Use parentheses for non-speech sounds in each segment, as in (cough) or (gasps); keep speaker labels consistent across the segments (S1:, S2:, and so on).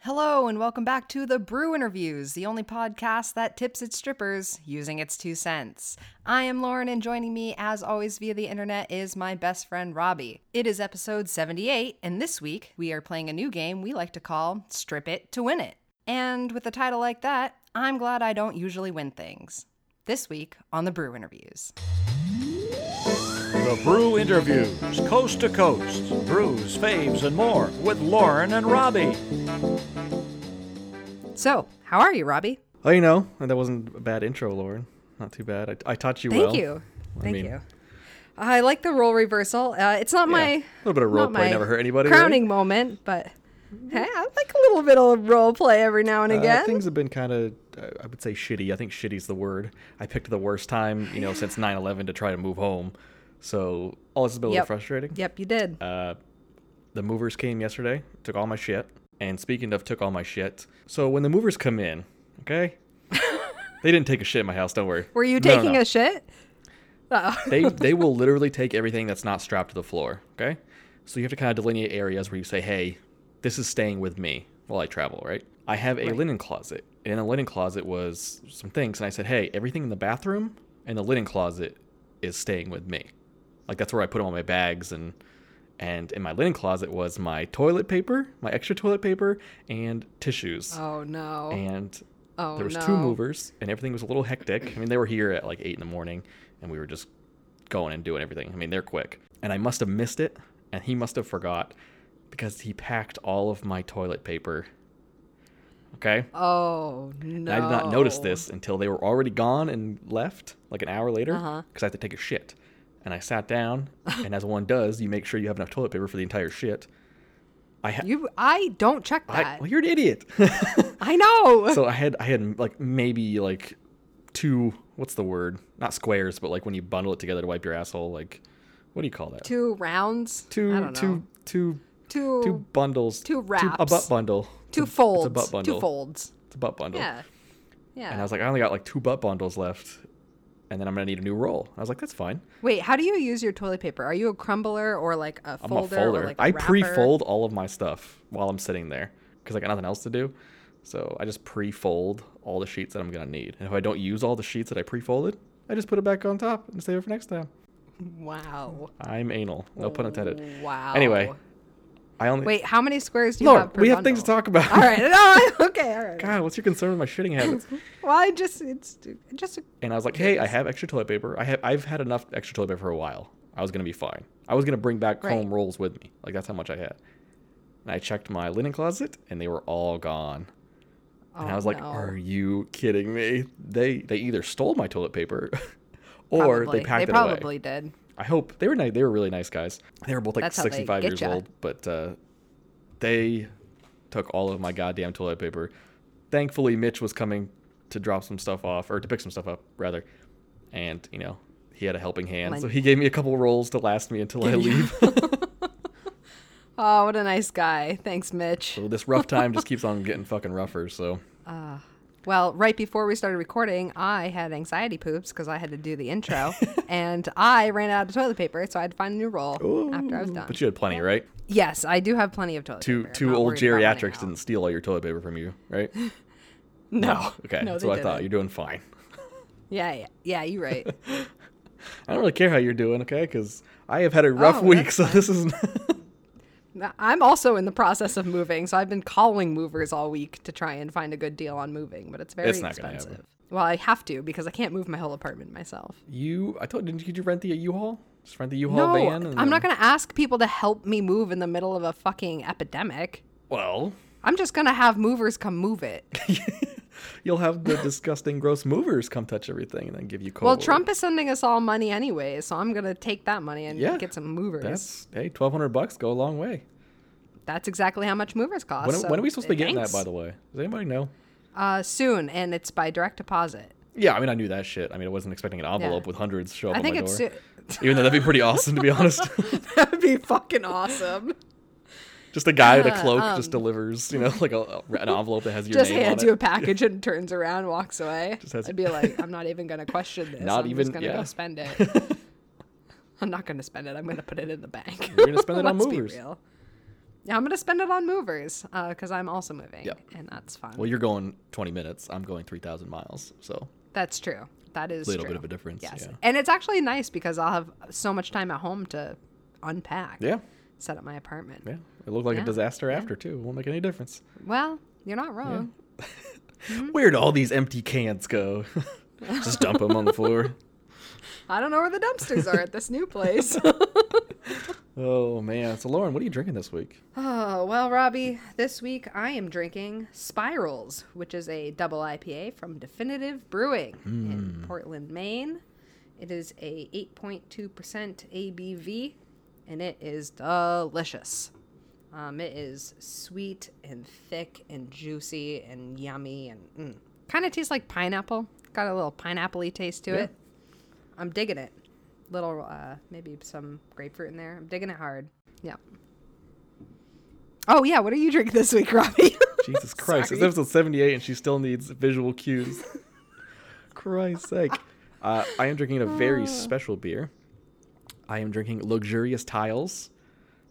S1: Hello, and welcome back to The Brew Interviews, the only podcast that tips its strippers using its two cents. I am Lauren, and joining me, as always, via the internet is my best friend Robbie. It is episode 78, and this week we are playing a new game we like to call Strip It to Win It. And with a title like that, I'm glad I don't usually win things. This week on The Brew Interviews.
S2: The Brew Interviews, coast to coast, brews, faves, and more with Lauren and Robbie.
S1: So, how are you, Robbie?
S3: Oh, you know, that wasn't a bad intro, Lauren. Not too bad. I, I taught you
S1: Thank
S3: well.
S1: you.
S3: I
S1: Thank
S3: mean-
S1: you. I like the role reversal. Uh, it's not my
S3: A little bit of role
S1: not
S3: play
S1: my
S3: never hurt anybody, right?
S1: Crowning moment, but hey, I like a little bit of role play every now and
S3: Uh,
S1: again.
S3: things have been kind of, I would say, shitty. I think shitty's the word. I picked the worst time, you know, since 9 11 to try to move home. So, all this has been a
S1: Yep.
S3: little frustrating.
S1: Yep, you did.
S3: Uh, the movers came yesterday, took all my shit. And speaking of, took all my shit. So, when the movers come in,
S1: (laughs)
S3: okay? they didn't take a shit in my house, don't worry.
S1: Were you
S3: No, no,
S1: taking
S3: no.
S1: a shit? Oh,
S3: they they will literally take everything that's not strapped to the floor. Okay, so you have to kind of delineate areas where you say, "Hey, this is staying with me while I travel." Right? I have a linen closet, and in the linen closet was some things, and I said, "Hey, everything in the bathroom and the linen closet is staying with me." Like that's where I put all my bags and and in my linen closet was my toilet paper, my extra toilet paper, and tissues
S1: oh no.
S3: and
S1: Oh,
S3: there was
S1: no.
S3: two movers and everything was a little hectic i mean they were here at like 8 in the morning and we were just going and doing everything i mean they're quick and i must have missed it and he must have forgot because he packed all of my toilet paper okay
S1: oh no.
S3: and I did not notice this until they were already gone and left, like an hour later,
S1: Uh-huh.
S3: because I had to take a shit. And I sat down, and as one does, you make sure you have enough toilet paper for the entire shit. I, ha-
S1: You, I don't check (laughs)
S3: I
S1: that.
S3: well, you're an idiot. (laughs)
S1: I, know.
S3: so I had I had like maybe like two what's the word? Not squares, but like when you bundle it together to wipe your asshole, like what do you call that?
S1: two rounds.
S3: Two
S1: I don't know.
S3: two two
S1: Two.
S3: two bundles.
S1: two
S3: a
S1: wraps.
S3: butt bundle.
S1: two
S3: It's a-
S1: folds.
S3: It's a butt bundle.
S1: Two folds.
S3: It's a butt bundle.
S1: Yeah. Yeah.
S3: And I was like, I only got like two butt bundles left, and then I'm gonna need a new roll. I was like, that's fine.
S1: Wait, how do you use your toilet paper? Are you a crumbler or like a
S3: I'm
S1: folder?
S3: a folder.
S1: Or like a
S3: I
S1: wrapper?
S3: pre-fold all of my stuff while I'm sitting there because I got nothing else to do. So I just pre-fold all the sheets that I'm gonna need, and if I don't use all the sheets that I pre-folded, I just put it back on top and save it for next time.
S1: Wow.
S3: I'm anal. No pun intended.
S1: Wow.
S3: Anyway, I only
S1: Wait, how many squares do you
S3: Lord,
S1: have? Per
S3: we have things to
S1: bundle?
S3: talk about.
S1: All right. No, I- (laughs) okay. All right.
S3: (laughs) God, what's your concern with
S1: (laughs)
S3: my shitting habits?
S1: Well, I just it's just a-
S3: and I was like, hey, I have extra toilet paper. I have I've had enough extra toilet paper for a while. I was gonna be fine. I was gonna bring back
S1: Right.
S3: home rolls with me. Like that's how much I had. And I checked my linen closet, and they were all gone. and
S1: Oh,
S3: I was like,
S1: no.
S3: are you kidding me? They they either stole my toilet paper, (laughs) or
S1: Probably.
S3: they packed
S1: They
S3: it away.
S1: probably did.
S3: I hope they were nice. They were really nice guys. They were both like
S1: That's how they
S3: 65
S1: get
S3: years
S1: ya.
S3: old, but uh, they took all of my goddamn toilet paper. Thankfully, Mitch was coming to drop some stuff off or to pick some stuff up rather, and you know he had a helping hand, so
S1: Lend-
S3: he gave me a couple rolls to last me until
S1: (laughs)
S3: I leave.
S1: Oh, what a nice guy. Thanks, Mitch.
S3: so this rough time just keeps on getting fucking rougher. So
S1: Well, right before we started recording, I had anxiety poops because I had to do the intro,
S3: (laughs)
S1: and I ran out of toilet paper, so I had to find a new roll after I was
S3: Ooh,
S1: done.
S3: but you had plenty, right?
S1: yes, I do have plenty of toilet
S3: Two
S1: paper. I'm
S3: two
S1: Uh, not
S3: old
S1: worried about running
S3: geriatrics
S1: out.
S3: didn't steal all your toilet paper from you, right?
S1: (laughs) No.
S3: Okay,
S1: No,
S3: that's
S1: they
S3: what I
S1: didn't.
S3: thought. You're doing fine.
S1: Yeah, yeah, yeah. You're
S3: (laughs)
S1: right.
S3: I don't really care how you're doing, okay? Because I have had a rough
S1: Oh,
S3: week,
S1: that's
S3: so this is.
S1: I'm also in the process of moving, so I've been calling movers all week to try and find a good deal on moving, but it's very
S3: It's not gonna happen.
S1: expensive. Well, I have to because I can't move my whole apartment myself.
S3: you, I told didn't you, did you rent the U-Haul? Just rent the U-Haul
S1: No,
S3: van.
S1: I'm
S3: and
S1: not
S3: then-
S1: going to ask people to help me move in the middle of a fucking epidemic.
S3: Well,
S1: I'm just going to have movers come move it.
S3: (laughs) you'll have the disgusting, gross movers come touch everything and then give you cold.
S1: well, Trump is sending us all money anyway, so I'm going to take that money and
S3: Yeah.
S1: get some movers. That's,
S3: That's hey, twelve hundred bucks go a long way.
S1: exactly how much movers cost.
S3: When,
S1: so
S3: when are we supposed to be getting
S1: thanks.
S3: that? By the way, does anybody know?
S1: Uh, soon, and it's by direct deposit.
S3: Yeah, I mean, I knew that shit. I mean, I wasn't expecting an envelope with hundreds show up
S1: I
S3: at
S1: think
S3: my
S1: it's
S3: door.
S1: soon.
S3: (laughs) Even though that'd be pretty awesome, to
S1: (laughs)
S3: be honest.
S1: That'd be fucking awesome.
S3: just a guy in a cloak just delivers, you know, like a, a- an envelope that has your
S1: um, just
S3: name
S1: hands
S3: on
S1: you
S3: it. (laughs)
S1: a package and turns around, and walks away.
S3: Just has-
S1: I'd be like, I'm not even gonna question this.
S3: (laughs) Not
S1: I'm
S3: even-
S1: just gonna go
S3: yeah.
S1: spend it.
S3: (laughs)
S1: I'm not gonna spend it. I'm gonna put it in the bank. (laughs)
S3: You're gonna spend it on
S1: Let's be
S3: movers.
S1: real. Now I'm going to spend it on movers because I'm also moving,
S3: Yep.
S1: and that's fun.
S3: Well, you're going 20 minutes. I'm going 3,000 miles. So
S1: that's true. That is
S3: a little
S1: true.
S3: bit of a difference.
S1: Yes,
S3: Yeah.
S1: and it's actually nice because I'll have so much time at home to unpack.
S3: Yeah.
S1: Set up my apartment.
S3: Yeah. It looked like
S1: Yeah.
S3: a disaster after, too. It won't make any difference.
S1: Well, you're not wrong. Mm-hmm.
S3: Where do all these empty
S1: (laughs)
S3: cans go? Just dump them on the floor.
S1: I don't know where the dumpsters are at this
S3: (laughs)
S1: new place.
S3: Oh, man. So, Lauren, what are you drinking this week?
S1: Oh, well, Robbie, this week I am drinking Spirals, which is a double IPA from Definitive Brewing in Portland, Maine. It is a 8.2% ABV and it is delicious. Um, it is sweet and thick and juicy and yummy and mm. kind of tastes like pineapple. Got a little pineapple taste to it. I'm digging it. Little, uh, maybe some grapefruit in there. I'm digging it hard. Yeah. Oh yeah, what do you drink this week, (laughs) Robbie?
S3: Jesus
S1: (laughs)
S3: Christ. It's
S1: Sorry.
S3: episode 78 and she still needs visual cues.
S1: (laughs)
S3: Christ's sake. Uh, I am drinking a
S1: Ah.
S3: very special beer. I am drinking Luxurious Tiles.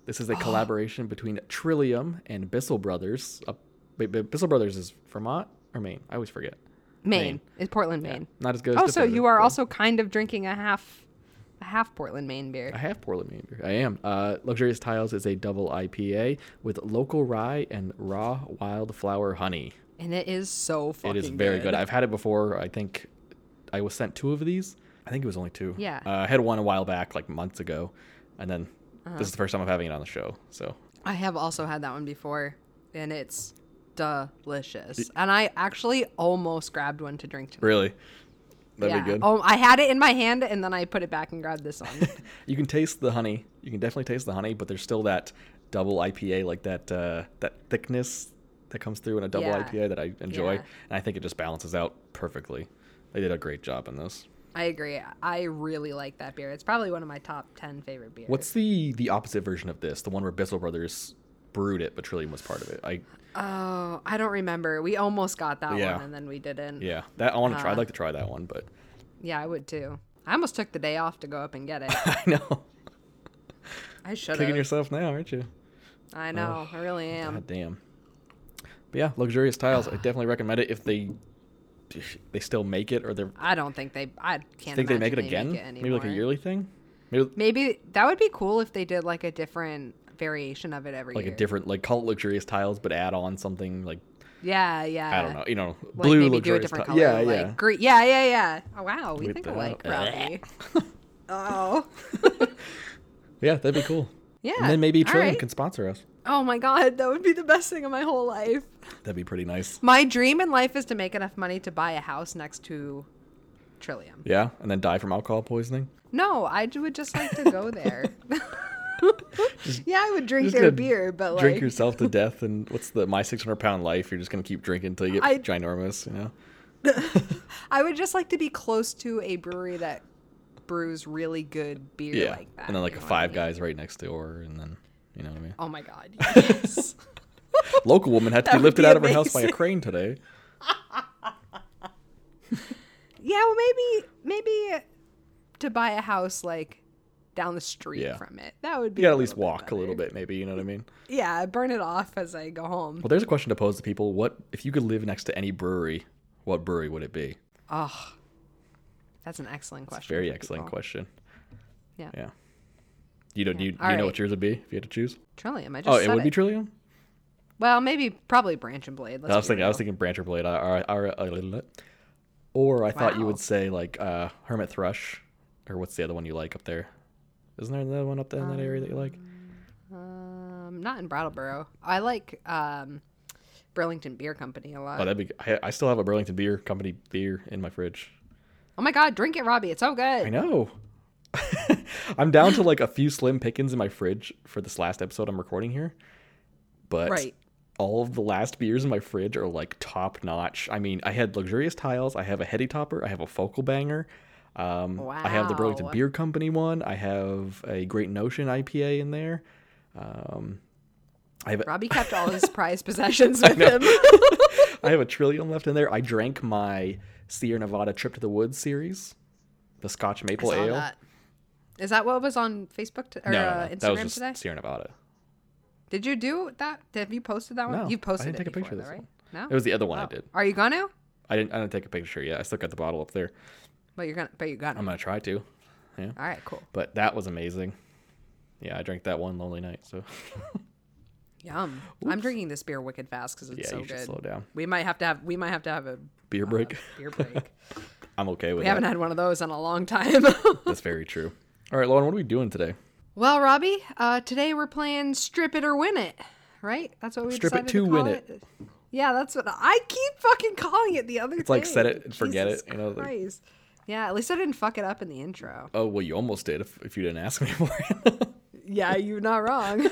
S3: This
S1: (gasps)
S3: is a collaboration between Trillium and Bissell Brothers. Uh, wait, but Bissell Brothers is Vermont or Maine? I always forget.
S1: Maine. It's Portland, Maine.
S3: Not as good as
S1: Oh, so
S3: Definitive,
S1: you are
S3: but-
S1: also kind of drinking a half, a half Portland, Maine beer.
S3: I have Portland Maine beer. I am. Uh, Luxurious Tiles is a double IPA with local rye and raw wildflower honey.
S1: And it is so fucking.
S3: It is very good. I've had it before. I think I was sent two of these. I think it was only two.
S1: Yeah.
S3: Uh, I had one a while back, like months ago, and then
S1: Uh-huh.
S3: this is the first time I'm having it on the show. So
S1: I have also had that one before, and it's delicious. and I actually almost grabbed one to drink tonight.
S3: really, that'd be
S1: Yeah.
S3: good.
S1: Oh, I had it in my hand, and then I put it back and grabbed this
S3: (laughs)
S1: one.
S3: You can taste the honey. You can definitely taste the honey, but there's still that double IPA, like that uh, that thickness that comes through in a double
S1: Yeah.
S3: IPA that I enjoy,
S1: Yeah.
S3: and I think it just balances out perfectly. They did a great job in this.
S1: I agree. I really like that beer. It's probably one of my top ten favorite beers.
S3: What's the the opposite version of this? The one where Bissell Brothers brewed it, but Trillium was part of it. I
S1: Oh, I don't remember. We almost got that
S3: Yeah.
S1: one, and then we didn't.
S3: Yeah, that I want to
S1: Uh.
S3: try. I'd like to try that one, but (laughs)
S1: Yeah, I would too. I almost took the day off to go up and get
S3: (laughs)
S1: it.
S3: I know
S1: I should
S3: kicking
S1: have.
S3: yourself now, aren't you?
S1: I know. I really am.
S3: God damn. But yeah, luxurious tiles. I
S1: (sighs)
S3: definitely recommend it if they if they still make it or they're
S1: I don't think they. I can't.
S3: think they make it
S1: imagine
S3: again. Maybe like a
S1: anymore.
S3: yearly thing. Maybe
S1: Maybe that would be cool if they did like a different variation of it every
S3: like
S1: year.
S3: a different like call it luxurious tiles, but add on something like
S1: Yeah, yeah.
S3: I don't know, you know,
S1: Uh, Like
S3: blue
S1: maybe do a
S3: luxurious
S1: different
S3: ti-
S1: color.
S3: Yeah,
S1: like
S3: yeah.
S1: Green. Yeah, yeah, yeah. Oh, wow, we
S3: With
S1: think
S3: the-
S1: alike, Robbie. (laughs) oh.
S3: yeah, that'd be cool.
S1: Yeah.
S3: And then maybe
S1: all
S3: Trillium
S1: right.
S3: can sponsor us.
S1: Oh my god, that would be the best thing of my whole life.
S3: That'd be pretty nice.
S1: My dream in life is to make enough money to buy a house next to Trillium.
S3: Yeah, and then die from alcohol poisoning.
S1: No, I ju- would just like to go there. (laughs) yeah, I would drink
S3: (laughs) Just
S1: their
S3: gonna
S1: beer, but
S3: drink
S1: like, (laughs)
S3: yourself to death, and what's the my six hundred pound life? You're just gonna keep drinking until you get
S1: I-
S3: ginormous, you know.
S1: I would just like to be close to a brewery that brews really good beer
S3: Yeah,
S1: like that.
S3: and then like
S1: you
S3: a
S1: know what I
S3: Five
S1: mean?
S3: Guys right next door, and then you know what
S1: (laughs)
S3: I mean.
S1: Oh my
S3: (laughs)
S1: god! Yes.
S3: Local woman had to
S1: That
S3: be
S1: would
S3: lifted
S1: be
S3: out of her house by a
S1: amazing. (laughs)
S3: crane today.
S1: yeah, well, maybe maybe to buy a house like down the street
S3: Yeah.
S1: from it. That would be.
S3: You gotta
S1: a
S3: at least
S1: little bit
S3: walk a little
S1: better.
S3: bit, maybe. You know what I mean?
S1: Yeah, burn it off as I go home.
S3: Well, there's a question to pose to people: What if you could live next to any brewery? What brewery would it be?
S1: Oh, that's an excellent question.
S3: Very
S1: for
S3: excellent
S1: people.
S3: question.
S1: Yeah.
S3: Yeah. You don't. You, you
S1: All
S3: know
S1: right.
S3: what yours would be if you had to choose?
S1: Trillium. I just
S3: Oh,
S1: said
S3: it would be Trillium.
S1: Well, maybe probably Branch and Blade. Let's
S3: I was
S1: be
S3: thinking. I was
S1: real.
S3: thinking Branch or Blade. I, I, I, I- uh, or I thought you
S1: Wow.
S3: would say like uh, Hermit Thrush, or what's the other one you like up there? Isn't there another one up there in that area that you like?
S1: Um, not in Brattleboro. I like um, Burlington Beer Company a lot.
S3: Oh,
S1: Oh,
S3: that'd be. I, I still have a Burlington Beer Company beer in my fridge.
S1: Oh my god, drink it, Robbie. It's so
S3: I
S1: good.
S3: know. (laughs) I'm down to like a few slim pickings in my fridge for this last episode I'm recording here, but
S1: Right.
S3: all of the last beers in my fridge are like top notch. I mean, I had luxurious tiles. I have a heady topper. I have a focal banger. Um, I have the Burlington
S1: Wow.
S3: Beer Company one. I have a Great Notion IPA in there. Um, I have
S1: Robbie kept all
S3: (laughs)
S1: his prized possessions with him.
S3: I have a trillion left in there. I drank my Sierra Nevada Trip to the Woods series, the Scotch Maple
S1: Saw
S3: Ale.
S1: that. Is that what was on Facebook t- or
S3: No, no, no,
S1: uh,
S3: that was
S1: Instagram
S3: just
S1: today?
S3: Sierra Nevada.
S1: Did you do that? Have you posted that one?
S3: No,
S1: You've posted
S3: I didn't
S1: it
S3: take a picture
S1: before,
S3: of
S1: though,
S3: this
S1: right? No.
S3: It was the other one I
S1: Oh.
S3: did.
S1: Are you gonna?
S3: I didn't. I didn't take a picture yet. I still got the bottle up there.
S1: But you're gonna. But you're gonna.
S3: I'm gonna try to. Yeah.
S1: All right. Cool.
S3: But that was amazing. Yeah, I drank that one lonely night. So (laughs)
S1: Yum. I'm drinking this beer wicked fast because it's
S3: yeah,
S1: so
S3: you should
S1: good.
S3: slow down.
S1: We might have to have. We might have to have a
S3: Beer break. (laughs)
S1: beer break.
S3: I'm okay with
S1: we haven't
S3: that.
S1: had one of those in a long time. (laughs)
S3: That's very true. All right, Lauren, what are we doing today?
S1: well, Robbie, uh, today we're playing Strip It or Win It, right? That's what we
S3: Strip it
S1: decided
S3: to
S1: to call
S3: win
S1: it. Yeah, that's what I keep fucking calling it the other
S3: It's like, set
S1: day.
S3: it and forget
S1: Jesus
S3: it, you know, like-
S1: Christ. Yeah, at least I didn't fuck it up in the
S3: (laughs)
S1: intro.
S3: Oh well, you almost did if, if you didn't ask me (laughs) for it.
S1: Yeah, you're not wrong.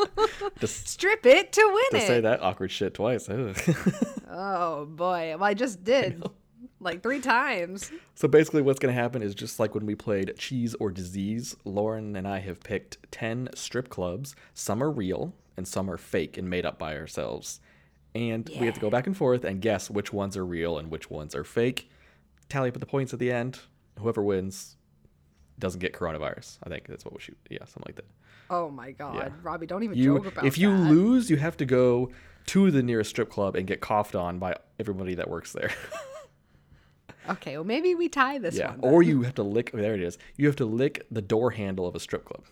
S1: (laughs)
S3: Just
S1: Strip it to win
S3: to
S1: it.
S3: say that awkward shit twice. ugh. (laughs)
S1: Oh boy. Well, I just did like three times.
S3: so basically, what's gonna happen is just like when we played Cheese or Disease, Lauren and I have picked ten strip clubs. Some are real and some are fake and made up by ourselves, and we have to go back and forth and guess which ones are real and which ones are fake. Tally up the points at the end. Whoever wins doesn't get coronavirus. I think that's what we should. Yeah, something like that.
S1: Oh my god, Robbie, don't even
S3: You,
S1: joke about
S3: if you
S1: that.
S3: lose, you have to go to the nearest strip club and get coughed on by everybody that works there. (laughs)
S1: Okay, well maybe we tie this
S3: yeah,
S1: one. then.
S3: or you have to lick. oh, There it is. You have to lick the door handle of a strip club.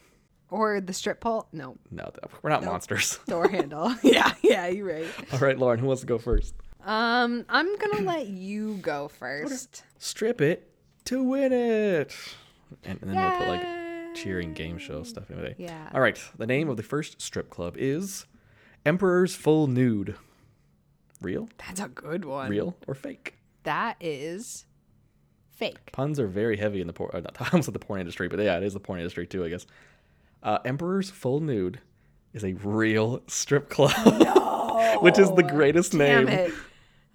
S1: Or the strip pole? No,
S3: No, th- we're not monsters. (laughs)
S1: door handle. (laughs) yeah, yeah, you're right.
S3: All right, Lauren, who wants to go first?
S1: Um, I'm
S3: (clears throat)
S1: gonna let you go first.
S3: Strip it to win it, and, and then we'll put like cheering game show stuff anyway.
S1: Yeah.
S3: All right. The name of the first strip club is Emperor's Full Nude. Real,
S1: That's a good one.
S3: real or fake?
S1: That is fake.
S3: Puns are very heavy in the porn. Not (laughs) I almost said the porn industry, but yeah, it is the porn industry too, I guess. Uh, Emperor's Full Nude is a real strip club, (laughs) which is the greatest
S1: Oh, Damn
S3: name. (laughs)
S1: it.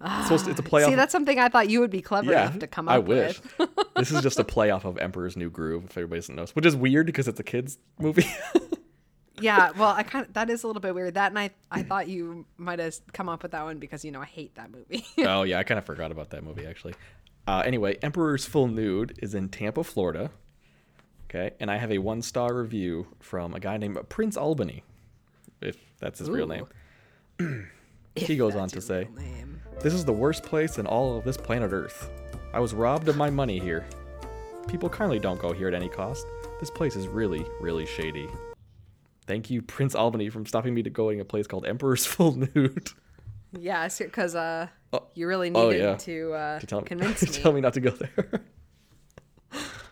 S3: It's, supposed to- it's a playoff.
S1: See, that's something I thought you would be clever
S3: yeah,
S1: enough to come up
S3: I wish.
S1: with. (laughs)
S3: this is just a playoff of Emperor's New Groove, if everybody doesn't know, which is weird because it's a kids movie. (laughs)
S1: Yeah, well, I kind of that is a little bit weird. That and I, I thought you might have come up with that one because you know I hate that movie. (laughs)
S3: oh yeah, I kind of forgot about that movie actually. Uh, anyway, Emperor's Full Nude is in Tampa, Florida. Okay, and I have a one-star review from a guy named Prince Albany, if that's his real
S1: Ooh.
S3: name.
S1: (clears throat)
S3: he goes on
S1: That's
S3: to
S1: your
S3: say,
S1: real name.
S3: "This is the worst place in all of this planet Earth. I was robbed of my money here. People kindly don't go here at any cost. This place is really, really shady." Thank you, Prince Albany, from stopping me to going a place called Emperor's (laughs) Full Nude.
S1: Yeah, because uh,
S3: Oh,
S1: you really needed
S3: oh, yeah.
S1: to, uh,
S3: to tell me, (laughs)
S1: convince
S3: to
S1: me.
S3: tell me not to go there. (laughs)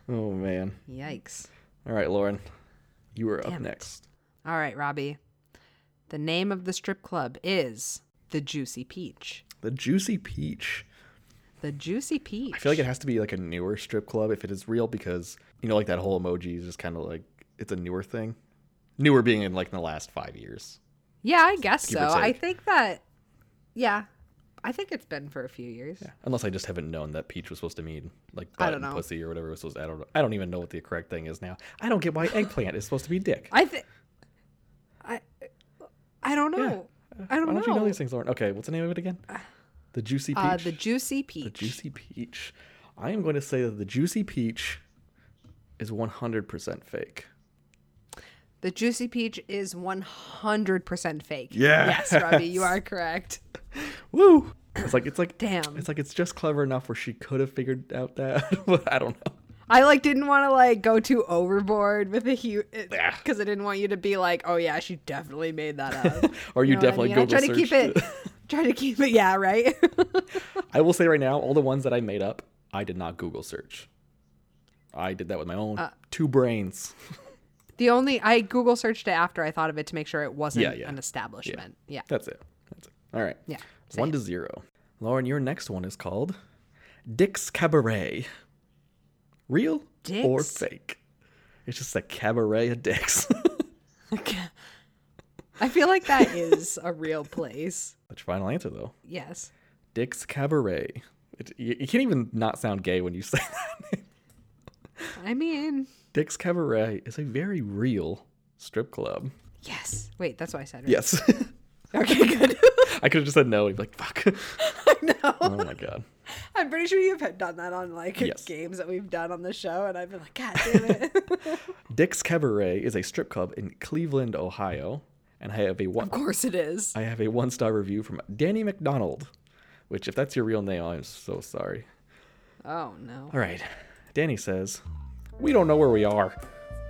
S3: oh man!
S1: Yikes!
S3: All right, Lauren, you are up
S1: Damn it.
S3: next.
S1: All right, Robbie. The name of the strip club is the Juicy Peach.
S3: The Juicy Peach.
S1: The Juicy Peach.
S3: I feel like it has to be like a newer strip club if it is real, because you know, like that whole emoji is just kind of like it's a newer thing. Newer being in like in the last five years.
S1: yeah, I guess
S3: Give
S1: so.
S3: or
S1: I
S3: take.
S1: think that. Yeah, I think it's been for a few years.
S3: Unless I just haven't known that peach was supposed to mean like
S1: I
S3: butt
S1: don't
S3: and
S1: know.
S3: pussy or whatever it was supposed. To, I don't. I don't even know what the correct thing is now. I don't get why eggplant is supposed to be dick.
S1: I think. I. I don't know. I don't know.
S3: Uh, Why don't you know these things, Lauren? Okay, what's the name of it again? The juicy peach.
S1: Uh, the Juicy Peach.
S3: The juicy peach. I am going to say that the juicy peach is 100% fake.
S1: The juicy peach is 100% fake.
S3: Yes.
S1: Yes, Robbie, you
S3: (laughs)
S1: are correct.
S3: Woo! It's like it's
S1: (coughs)
S3: like
S1: Damn.
S3: It's like it's just clever enough where she could have figured out that, (laughs) but I don't know.
S1: I like didn't want to like go too overboard with a huge
S3: Yeah.
S1: because I didn't want you to be like, oh yeah, she definitely made that up.
S3: Or (laughs) you,
S1: know what I
S3: definitely
S1: mean? I
S3: Google
S1: try to keep
S3: searched
S1: it. (laughs) Try to keep it. Yeah, right.
S3: (laughs)
S1: (laughs)
S3: I will say right now, all the ones that I made up, I did not Google search. I did that with my own
S1: Uh.
S3: two brains. (laughs)
S1: the only I Google searched it after I thought of it to make sure it wasn't
S3: Yeah, yeah.
S1: an establishment. Yeah.
S3: That's it. That's it. All right.
S1: Yeah,
S3: One to zero. Lauren, your next one is called Dick's Cabaret. Real or
S1: Dick's?
S3: fake? It's just a cabaret of dicks. (laughs)
S1: (laughs) I feel like that is a real place.
S3: That's your final answer, though.
S1: Yes.
S3: Dick's Cabaret. It, you, you can't even not sound gay when you (laughs) say that.
S1: I mean,
S3: Dick's Cabaret is a very real strip club.
S1: yes. Wait, that's what I said. Right?
S3: Yes.
S1: (laughs)
S3: (laughs)
S1: Okay, good. (laughs)
S3: I could have just said no. He'd be like, fuck.
S1: no.
S3: Oh my God.
S1: I'm pretty sure you've done that on like
S3: Yes.
S1: games that we've done on the show, and I've been
S3: (laughs)
S1: like, God damn it.
S3: Dick's Cabaret is a strip club in Cleveland, Ohio. and I have a one
S1: Of course it is.
S3: I have a one star review from Danny McDonald, which if that's your real name, I'm so sorry.
S1: Oh no.
S3: All right. Danny says, We don't know where we are.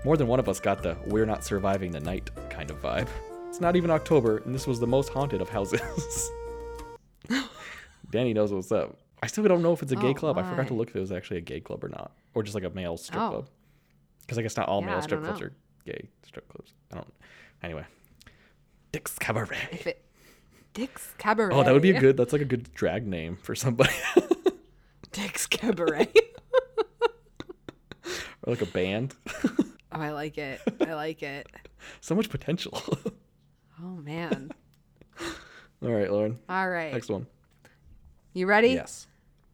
S3: More than one of us got the we're not surviving the night kind of vibe. It's not even October, and this was the most haunted of houses. (laughs) Danny knows what's up. I still don't know if it's a gay
S1: Oh,
S3: club. I forgot to
S1: my.
S3: look if it was actually a gay club or not, or just like a male strip
S1: Oh.
S3: club. Because I guess not all
S1: Yeah, I
S3: male strip
S1: don't
S3: clubs
S1: know.
S3: are gay strip clubs. I don't. Anyway, Dick's Cabaret.
S1: If it- Dick's Cabaret.
S3: Oh, that would be a good. That's like a good drag name for somebody,
S1: (laughs)
S3: (laughs)
S1: Dick's Cabaret.
S3: or like a band. (laughs)
S1: oh, I like it. I like it.
S3: so much potential. (laughs)
S1: Oh man.
S3: all right, Lauren.
S1: All right.
S3: Next one.
S1: You ready?
S3: Yes.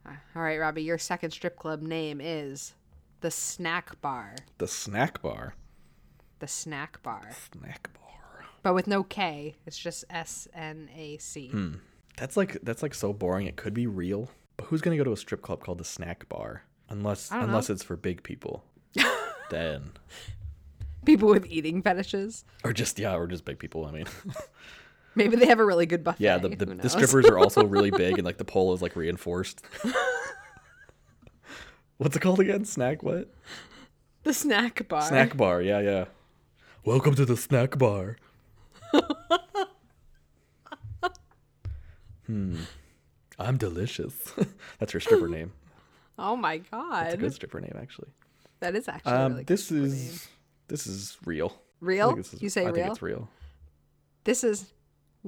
S1: All right, Robbie. Your second strip club name is the Snack Bar.
S3: The snack bar.
S1: The Snack Bar,
S3: Snack bar.
S1: but with no K. It's just S N A C.
S3: Hmm. That's like that's like so boring. It could be real, but who's gonna go to a strip club called the snack bar? Unless
S1: don't know.
S3: unless it's for big people.
S1: (laughs)
S3: then
S1: People with eating fetishes.
S3: or just yeah, or just big people. I mean, (laughs)
S1: Maybe they have a really good buffet.
S3: yeah. The the,
S1: Who
S3: the
S1: knows?
S3: strippers are also
S1: (laughs)
S3: really big, and like the pole is like reinforced. (laughs) What's it called again? Snack what?
S1: The Snack Bar.
S3: Snack bar. Yeah, yeah. Welcome to the snack
S1: (laughs)
S3: bar. hmm. I'm delicious. (laughs) That's her stripper name.
S1: (laughs) Oh my
S3: It's a
S1: god.
S3: good stripper name, actually.
S1: That is actually
S3: Um,
S1: really good.
S3: this is this is real. I
S1: real.
S3: think this is-
S1: you say
S3: I
S1: real?
S3: think it's real.
S1: This is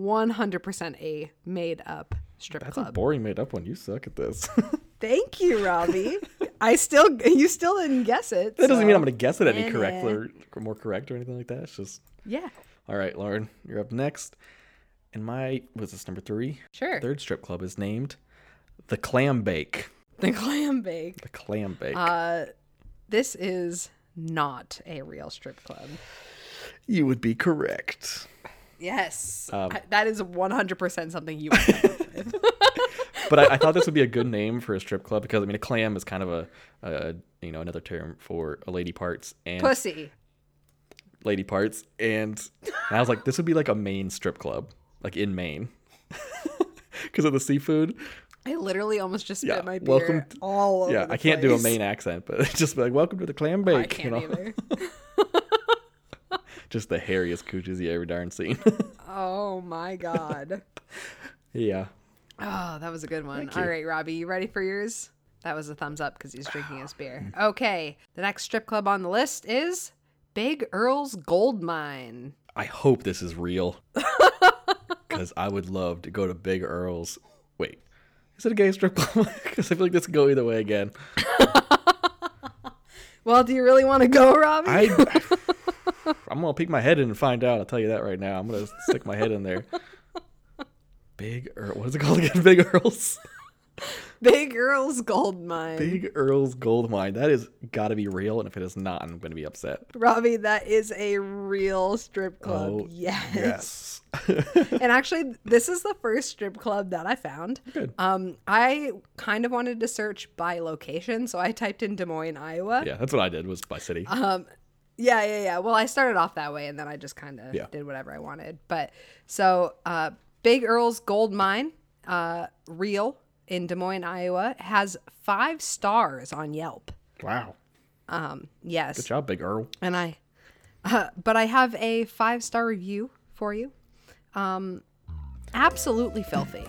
S1: 100% a made up strip
S3: That's a
S1: club.
S3: boring made up one. You suck at this. (laughs)
S1: (laughs) Thank you, Robbie. I still you still didn't guess it.
S3: that doesn't mean
S1: so-
S3: I'm going to guess it any
S1: Eh,
S3: correct
S1: nah.
S3: or or more correct or anything like that. It's just
S1: Yeah.
S3: all right, Lauren. You're up next. And my was this number three?
S1: Sure.
S3: Third strip club is named the Clam Bake.
S1: The clam bake.
S3: The Clam Bake.
S1: Uh, This is not a real strip club.
S3: you would be correct.
S1: Yes.
S3: Um,
S1: I- that is 100% something you
S3: (laughs)
S1: would come up with.
S3: but I, I thought this would be a good name for a strip club because I mean a clam is kind of a, a you know another term for a lady parts and
S1: Pussy.
S3: lady parts and, and i was like this would be like a maine strip club like in maine (laughs) because of the seafood
S1: I literally almost just spit
S3: Yeah,
S1: my beer
S3: welcome t-
S1: all over
S3: yeah
S1: the
S3: i can't do a
S1: place.
S3: maine accent but (laughs) it's just like welcome to the clam bake
S1: I can't
S3: you know
S1: either.
S3: just the hairiest cooches you ever darn seen (laughs)
S1: Oh my god.
S3: yeah
S1: Oh, that was a good one.
S3: Thank
S1: All
S3: you.
S1: right, Robbie, you ready for yours? That was a thumbs up because he's drinking his
S3: (sighs)
S1: beer. Okay, the next strip club on the list is Big Earl's Gold Mine.
S3: i hope this is real because i would love to go to big earl's wait is it a gay strip club (laughs) because i feel like this could go either way again
S1: Well, do you really want to go, Robbie?
S3: I, I'm gonna peek my head in and find out. I'll tell you that right now. I'm gonna stick my head in there. Big Earl, what is it called again? (laughs) Big Earl's,
S1: Big Earl's Gold Mine.
S3: Big Earl's gold mine. That is got to be real. And if it is not, I'm gonna be upset.
S1: Robbie, that is a real strip club.
S3: Oh,
S1: yes.
S3: Yes. (laughs)
S1: and actually, this is the first strip club that I found.
S3: Good.
S1: Um, I kind of wanted to search by location, so I typed in Des Moines, Iowa.
S3: yeah, that's what I did. Was by city.
S1: Yeah, yeah, yeah. Well, I started off that way and then I just kind of
S3: Yeah.
S1: did whatever I wanted. But so, uh, Big Earl's Gold Mine, uh, real in Des Moines, Iowa, has five stars on Yelp.
S3: wow.
S1: Yes.
S3: Good job, Big Earl.
S1: And I, uh, but I have a five star review for you. Um, absolutely filthy.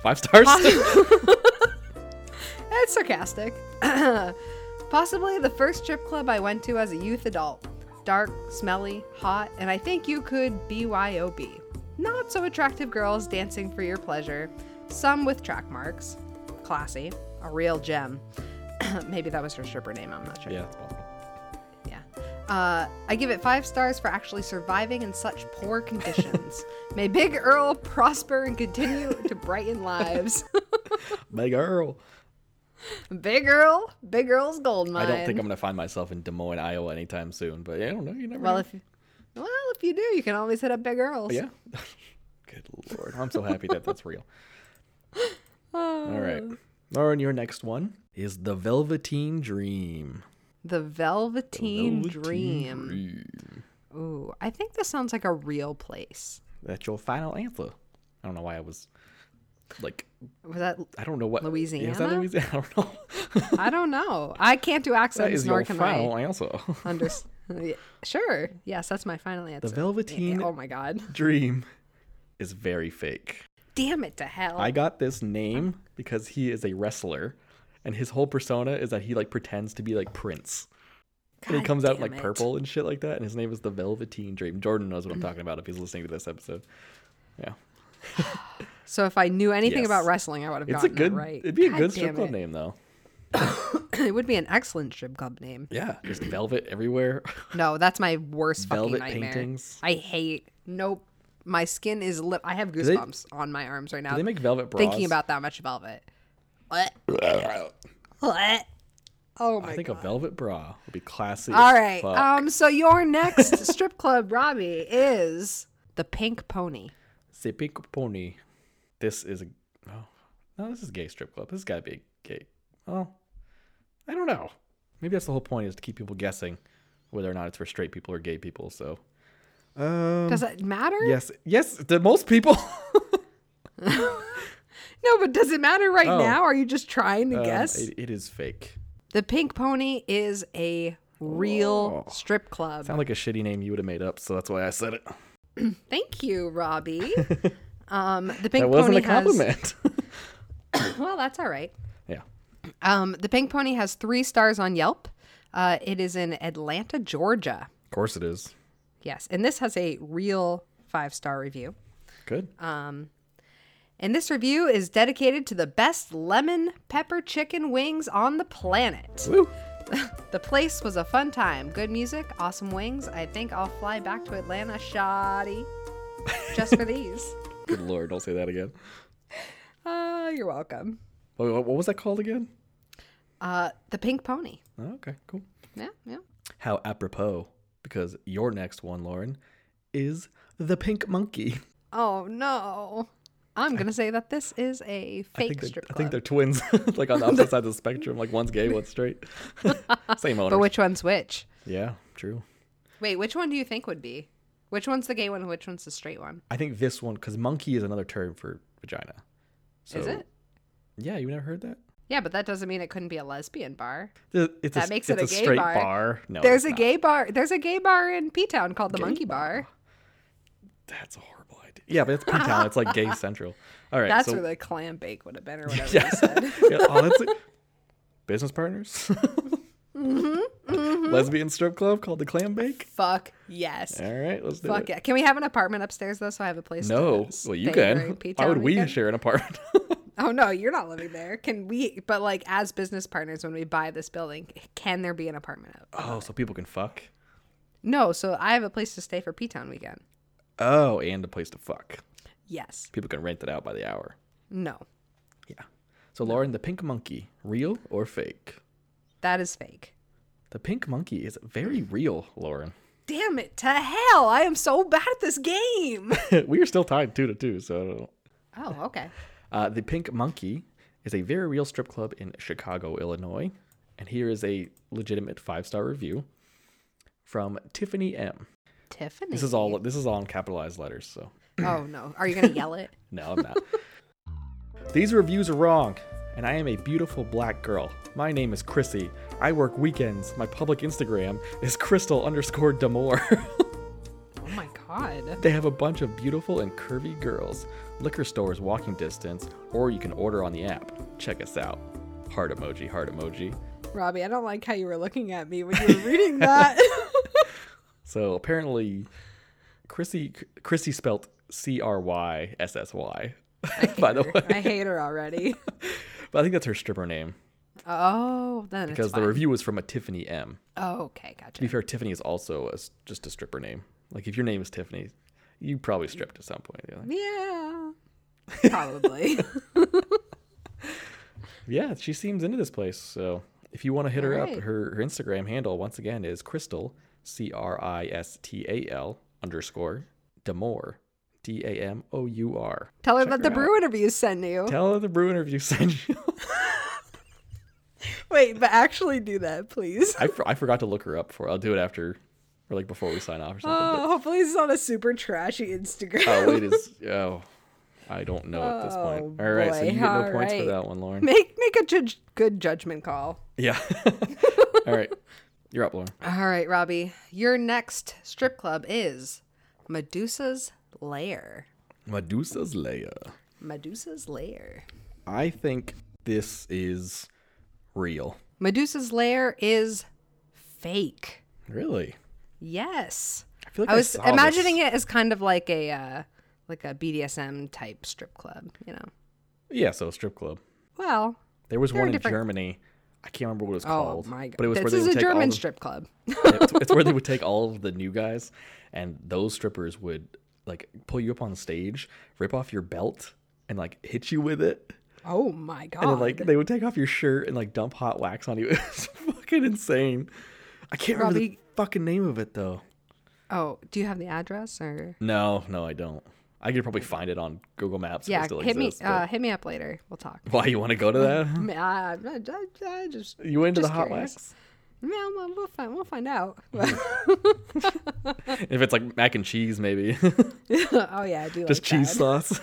S3: Five stars.
S1: That's sarcastic. (clears throat) Possibly the first strip club I went to as a youth adult. Dark, smelly, hot, and I think you could BYOB. Not so attractive girls dancing for your pleasure, some with track marks. Classy, a real gem. (clears throat) Maybe that was her stripper name, I'm not sure.
S3: (laughs) yeah, it's possible.
S1: Yeah. Uh, I give it five stars for actually surviving in such poor
S3: (laughs)
S1: conditions. May Big Earl prosper and continue to brighten lives. (laughs)
S3: Big Earl.
S1: Big Earl, Big Earl's gold mine.
S3: I don't think I'm gonna find myself in Des Moines, Iowa, anytime soon. But yeah, I don't know. You never.
S1: Well,
S3: know.
S1: if well, if you do, you can always hit up Big Earl's.
S3: Oh, Yeah. (laughs) Good lord. I'm so happy that that's
S1: (laughs)
S3: real.
S1: Ah.
S3: All right. Lauren, your next one is The Velveteen Dream.
S1: The Velveteen,
S3: Velveteen
S1: Dream.
S3: Dream.
S1: Ooh, I think this sounds like a real place.
S3: That's your final answer. I don't know why I was like
S1: Was that?
S3: I don't know what Is that
S1: Louisiana?
S3: Louisiana? (laughs) I don't know.
S1: I don't know. I can't do
S3: that
S1: accents,
S3: is
S1: nor
S3: your
S1: can
S3: final
S1: I.
S3: answer.
S1: Under- sure. Yes, that's my final answer.
S3: Velveteen-
S1: Oh my god.
S3: Dream is very fake.
S1: Damn it to hell.
S3: I got this name because he is a wrestler, and his whole persona is that he like pretends to be like Prince. and he
S1: God
S3: comes out in,
S1: damn
S3: like
S1: it.
S3: purple and shit like that, and his name is the Velveteen Dream. Jordan knows what I'm talking about if he's listening to this episode. Yeah,
S1: So if I knew anything
S3: Yes.
S1: about wrestling, I would have
S3: it's
S1: gotten
S3: a good.
S1: that right.
S3: It'd be a
S1: God
S3: good strip
S1: damn
S3: club
S1: it.
S3: name though.
S1: (laughs) it would be an excellent strip club name.
S3: Yeah, just velvet everywhere. (laughs)
S1: No, that's my worst fucking
S3: Velvet
S1: nightmare.
S3: paintings.
S1: I hate. Nope. My skin is lit. I have
S3: they-
S1: goosebumps on my arms right now.
S3: Do they make velvet bras?
S1: thinking about that much velvet. What? What? Oh my
S3: I think
S1: god.
S3: a velvet bra would be classy.
S1: All
S3: as
S1: right.
S3: fuck.
S1: Um. So your next (laughs) strip club, Robbie, is the Pink Pony.
S3: The Pink Pony. This is a oh no, this is a gay strip club. This has got to be a gay. Well, I don't know. Maybe that's the whole point is to keep people guessing whether or not it's for straight people or gay people. So Um,
S1: Does that matter?
S3: yes, yes, to
S1: (laughs)
S3: most people.
S1: No, but does it matter right
S3: Oh.
S1: now? Are you just trying to
S3: Um,
S1: guess?
S3: it, it is fake.
S1: The Pink Pony is a real
S3: Oh.
S1: strip club.
S3: Sound like a shitty name you would have made up, so that's why I said it.
S1: Thank you,
S3: (laughs)
S1: Robbie. um, the Pink
S3: That wasn't
S1: Pony
S3: a compliment. (laughs)
S1: has (laughs) well, that's all right.
S3: yeah,
S1: Um, the Pink Pony has three stars on Yelp. Uh, it is in Atlanta, Georgia.
S3: of course it is.
S1: Yes, and this has a real five star review.
S3: Good.
S1: Uh. And this review is dedicated to the best lemon pepper chicken wings on the planet.
S3: Woo.
S1: (laughs) The place was a fun time. Good music, awesome wings. I think I'll fly back to Atlanta, shoddy, just
S3: (laughs)
S1: for these.
S3: Good lord, don't say that again.
S1: Ah, you're welcome.
S3: Wait, what what was that called again?
S1: Uh, the Pink Pony.
S3: Oh, okay, cool.
S1: Yeah, yeah.
S3: How apropos, because your next one, Lauren, is the pink monkey.
S1: Oh no, I'm gonna say that this is a
S3: I think,
S1: fake
S3: they're,
S1: strip
S3: I
S1: club.
S3: think they're twins, (laughs) like on the opposite sides of the spectrum. Like one's gay, one's straight. (laughs) Same owner.
S1: but which one's which?
S3: yeah, true.
S1: Wait, which one do you think would be? Which one's the gay one? and Which one's the straight one?
S3: I think this one, because monkey is another term for vagina. So,
S1: Is it?
S3: Yeah, you never heard that.
S1: Yeah, but that doesn't mean it couldn't be a lesbian bar.
S3: Th- It's
S1: That
S3: a,
S1: makes
S3: it's
S1: it
S3: a,
S1: a gay
S3: straight
S1: bar.
S3: bar. Oh, No,
S1: There's
S3: it's
S1: a
S3: not.
S1: gay bar. There's a gay bar in P Town called the Monkey Bar.
S3: That's a horrible idea. Yeah, but it's P town.
S1: (laughs)
S3: It's like gay central. All right.
S1: That's
S3: so,
S1: where the clam bake would have
S3: (laughs)
S1: been, or whatever.
S3: yeah.
S1: you said.
S3: (laughs) yeah, oh,
S1: (laughs)
S3: that's it. Business partners. (laughs)
S1: Mm-hmm,
S3: Lesbian strip club called the Clam Bake.
S1: Fuck yes.
S3: All right, let's do
S1: Fuck
S3: it.
S1: yeah. Can we have an apartment upstairs though, so I have a place?
S3: No,
S1: To
S3: well you
S1: stay
S3: can.
S1: during P
S3: Why would
S1: Town
S3: we
S1: weekend?
S3: share an apartment? (laughs)
S1: Oh no, you're not living there. Can we? But like, as business partners, when we buy this building, can there be an apartment up?
S3: oh, so people can fuck.
S1: No. So I have a place to stay for P Town weekend.
S3: Oh, and a place to fuck.
S1: Yes.
S3: People can rent it out by the hour.
S1: No.
S3: Yeah. So Lauren, the pink monkey, real or fake?
S1: That is fake.
S3: The pink monkey is very real, Lauren. (laughs)
S1: Damn it to hell! I am so bad at this
S3: (laughs)
S1: game.
S3: we are still tied two to two, so I don't know.
S1: oh okay.
S3: Uh, the Pink Monkey is a very real strip club in Chicago, Illinois. And here is a legitimate five star review from Tiffany M.
S1: Tiffany.
S3: This is all this is all in capitalized letters, so
S1: Oh no. Are you gonna yell
S3: (laughs)
S1: it?
S3: no, I'm not. These reviews are wrong, and I am a beautiful black girl. My name is Chrissy. I work weekends. My public Instagram is crystal underscore (laughs) demore.
S1: Oh my god.
S3: They have a bunch of beautiful and curvy girls, liquor stores walking distance, or you can order on the app. Check us out. Heart emoji, heart emoji.
S1: Robbie, I don't like how you were looking at me when you were reading that.
S3: So apparently, Chrissy Chrissy spelt C R Y S S Y. (laughs) By the way,
S1: (laughs) I hate her already.
S3: but I think that's her stripper name
S1: Oh, then
S3: because
S1: it's
S3: the
S1: fine.
S3: review was from a Tiffany M.
S1: oh, okay,
S3: To be
S1: gotcha.
S3: fair, Tiffany is also a s just a stripper name. Like if your name is Tiffany, you probably stripped at some point. You're like,
S1: Yeah,
S3: (laughs)
S1: probably.
S3: Yeah, she seems into this place. So if you want to hit her
S1: Alright.
S3: up, her, her Instagram handle once again is Crystal C R I S T A L underscore Damore D A M O U R.
S1: Tell her
S3: Check
S1: that the
S3: her
S1: brew interviews send you.
S3: Tell her the brew interview (laughs) sent you.
S1: Wait, but actually do that, please.
S3: (laughs) I, for- I forgot to look her up for. I'll do it after or like before we sign off or something.
S4: Oh, hopefully this is on a super trashy Instagram.
S1: (laughs)
S3: but, oh, it is. Oh, I don't know at this point.
S4: Oh,
S3: All right, so
S4: boy.
S3: you get no
S4: All
S3: points for
S4: right.
S3: that
S1: (laughs)
S3: one, Lauren.
S4: Make make a judge, good judgment call.
S3: Yeah. (laughs) All right, you're up, Lauren.
S1: All right, Robbie, your next strip club is Medusa's Lair.
S3: Medusa's Lair.
S1: Medusa's Lair.
S3: I think this is real.
S1: Medusa's Lair is fake.
S3: Really?
S1: Yes.
S3: I feel like
S1: I was
S3: saw
S1: imagining
S3: this.
S1: it as kind of like a uh, like a BDSM type strip club, you know.
S3: Yeah, so strip club.
S1: Well,
S3: There was
S1: They're
S3: one in
S1: different-
S3: Germany. I can't remember what it was
S1: oh
S3: called.
S1: my god,
S3: But it was where
S1: this
S3: they
S1: is
S3: would
S1: a
S3: take all
S1: German
S3: the-
S1: strip club.
S3: it's, it's where they would take all of the new guys, and those strippers would like pull you up on stage, rip off your belt, and like hit you with it.
S4: Oh my god.
S3: And then, like they would take off your shirt and like dump hot wax on you. (laughs) It's fucking insane. I can't remember the
S1: Robbie-
S3: fucking name of it though.
S1: Oh, do you have the address or?
S3: No, no, I don't. I could probably find it on Google Maps. if
S1: Yeah,
S3: it still
S1: hit
S3: exists,
S1: me uh, hit me up later. We'll talk.
S3: (laughs) but- Why you want to go to that?
S1: (laughs)
S4: I, mean, I, I- I- I just
S3: You went into
S4: Just
S3: the hot
S4: curious.
S3: wax.
S4: yeah, we'll, we'll find we'll find out.
S3: (laughs)
S1: (laughs) Oh,
S3: If it's like mac and cheese, maybe. (laughs)
S4: oh yeah, I do.
S3: Just
S4: like
S3: cheese
S4: That.
S3: (laughs) sauce.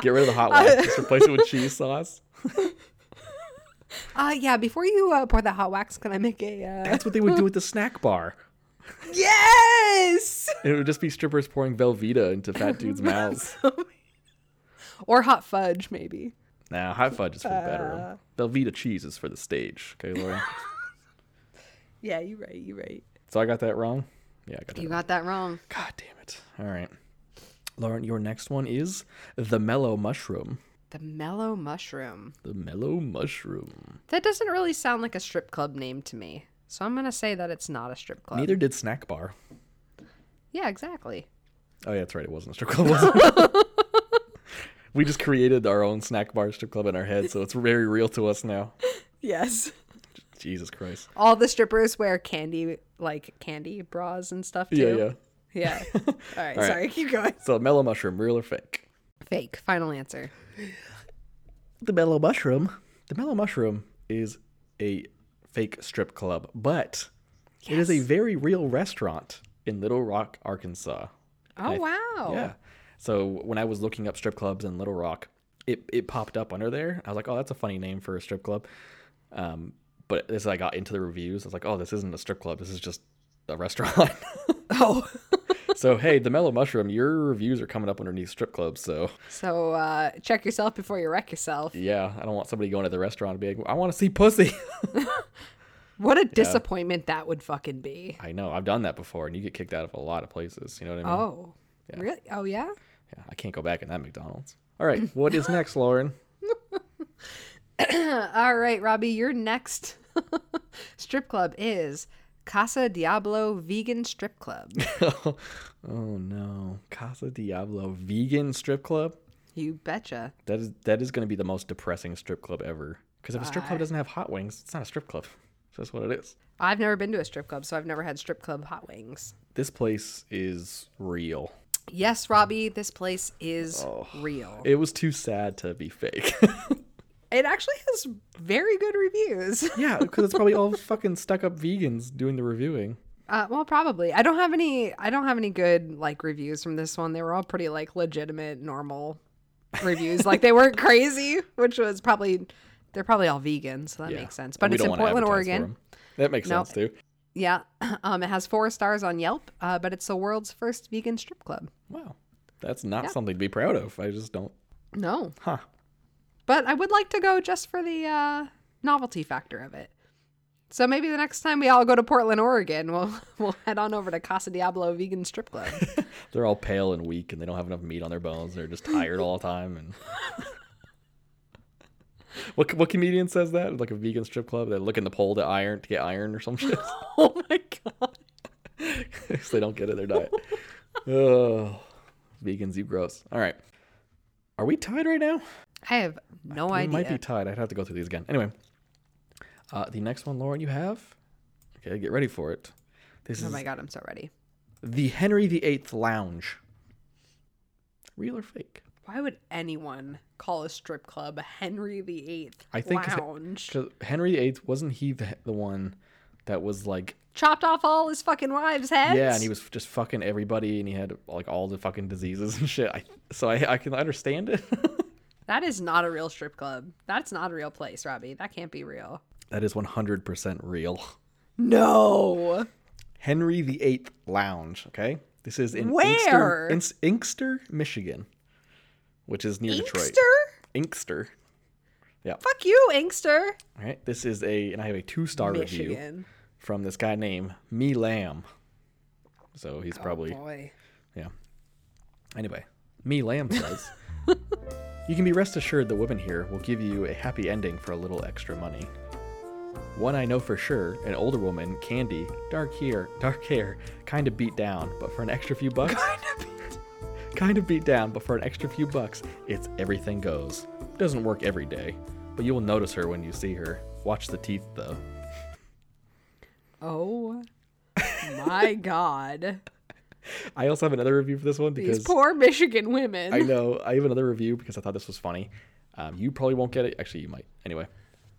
S3: Get rid of the hot wax. Just replace it with cheese sauce.
S1: Uh yeah, before you uh, pour the hot wax, can I make a uh...
S3: (laughs) That's what they would do with the snack bar.
S4: Yes.
S3: It would just be strippers pouring Velveeta into (laughs) fat
S4: (laughs)
S3: dudes' mouths.
S4: or hot fudge maybe.
S3: Nah, hot fudge is for the bedroom. Velveeta cheese is for the stage. Okay, (laughs) Lauren.
S4: Yeah, you're right. You're right.
S3: so I got that wrong. Yeah, I got that.
S1: You
S3: Wrong.
S1: got that wrong.
S3: God damn it! All right, Lauren, your next one is the mellow mushroom.
S1: The Mellow Mushroom.
S3: The mellow mushroom.
S1: That doesn't really sound like a strip club name to me. So I'm going to say that it's not a strip club.
S3: Neither did snack bar.
S1: Yeah, exactly.
S3: Oh yeah, that's right. It wasn't a strip club. Was it? (laughs) we just created our own snack bar strip club in our head, so it's very real to us now.
S4: Yes.
S3: Jesus Christ.
S1: All the strippers wear candy, like candy bras and stuff too.
S3: Yeah, yeah.
S4: (laughs) Yeah. All right.
S3: right.
S4: Sorry. Keep going.
S3: So mellow mushroom, real or fake?
S1: Fake. Final answer.
S3: The mellow mushroom. The mellow mushroom is a fake strip club, but it is a very real restaurant in Little Rock, Arkansas.
S1: Oh, wow. (laughs)
S3: Yeah. So when I was looking up strip clubs in Little Rock, it, it popped up under there. I was like, oh, that's a funny name for a strip club. Um, but as I got into the reviews, I was like, oh, this isn't a strip club. This is just a (laughs) restaurant.
S4: Oh.
S3: so hey, the Mellow Mushroom, your reviews are coming up underneath strip clubs. So
S4: So uh, check yourself before you wreck yourself.
S3: yeah, I don't want somebody going to the restaurant and being, I want to see pussy. (laughs)
S4: What a disappointment that would fucking be.
S3: I know I've done that before, and you get kicked out of a lot of places. You know what I mean?
S4: Oh. Really? Oh yeah.
S3: Yeah, I can't go back in that McDonald's. All right, what is next, Lauren? (laughs)
S1: All right, Robbie, your next (laughs) strip club is Casa Diablo Vegan Strip Club.
S3: oh no, Casa Diablo vegan strip club.
S1: you betcha.
S3: That is that is going to be the most depressing strip club ever. Because if a strip club doesn't have hot wings, it's not a strip club. So that's what it is.
S1: I've never been to a strip club, so I've never had strip club hot wings.
S3: This place is real.
S1: Yes, Robbie, this place is real.
S3: It was too sad to be fake. (laughs)
S4: It actually has very good
S1: (laughs)
S4: reviews.
S3: yeah, because it's probably all fucking stuck up vegans doing the reviewing.
S1: Uh, well, probably. I don't have any. I don't have any good like reviews from this one. They were all pretty like legitimate, normal reviews. like they weren't crazy, which was probably they're probably all vegan, so that
S3: Yeah.
S1: makes sense.
S3: And
S1: But
S3: we
S1: it's
S3: don't
S1: in
S3: wanna
S1: Portland,
S3: advertise for
S1: Oregon.
S3: 'em. That makes
S1: No.
S3: sense too.
S1: Yeah, (clears throat) um, it has four stars on Yelp, uh, but it's the world's first vegan strip club.
S3: Wow, that's not something to be proud of. I just don't.
S1: No,
S3: Huh.
S1: but I would like to go just for the uh, novelty factor of it. So maybe the next time we all go to Portland, Oregon, we'll (laughs) we'll head on over to Casa Diablo Vegan Strip
S3: (laughs)
S1: Club.
S3: They're all pale and weak, and they don't have enough meat on their bones. They're just tired all the time. And (laughs) what what comedian says that? Like a vegan strip club, they look in the pole to iron to get iron or some shit.
S4: (laughs) oh my god.
S3: (laughs) 'Cause they don't get it in their diet. Oh, vegans, you gross. All right, are we tied right now?
S1: I have no
S3: we
S1: idea.
S3: might be tied. I'd have to go through these again. Anyway, uh, the next one, Lauren, you have. Okay, get ready for it. This
S1: Oh
S3: is
S1: my god, I'm so ready.
S3: the Henry VIII Lounge. Real or fake?
S4: Why would anyone call a strip club a Henry VIII
S3: I think 'cause-
S4: lounge?
S3: Because Henry VIII wasn't he the, the one that was like
S1: chopped off all his fucking wives' heads.
S3: Yeah, and he was just fucking everybody, and he had like all the fucking diseases and shit. I, so I, I can understand it. (laughs)
S1: That is not a real strip club. That's not a real place, Robbie. That can't be real.
S3: that is 100% real.
S1: No.
S3: Henry VIII Lounge. Okay, this is in
S1: Where?
S3: Inkster, Inks- Inkster, Michigan, which is near Detroit.
S1: Inkster?
S3: Inkster.
S1: Fuck you, Inkster.
S3: All right, this is a, and I have a two-star review
S1: Michigan.
S3: from this guy named Me Lamb. So he's probably
S1: Oh, Boy.
S3: Yeah. Anyway, Me Lamb says You can be rest assured the women here will give you a happy ending for a little extra money. One I know for sure, an older woman, Candy, dark hair, dark hair, kind of beat down, but for an extra
S1: (laughs)
S3: few bucks, kind of beat down, but for an extra few bucks, it's everything goes. Doesn't work every day, but you will notice her when you see her. Watch the teeth though.
S1: Oh
S3: (laughs)
S1: my god.
S3: I also have another review for this one because
S1: These poor Michigan women.
S3: I know. I have another review because I thought this was funny. Um, you probably won't get it. Actually, you might. Anyway,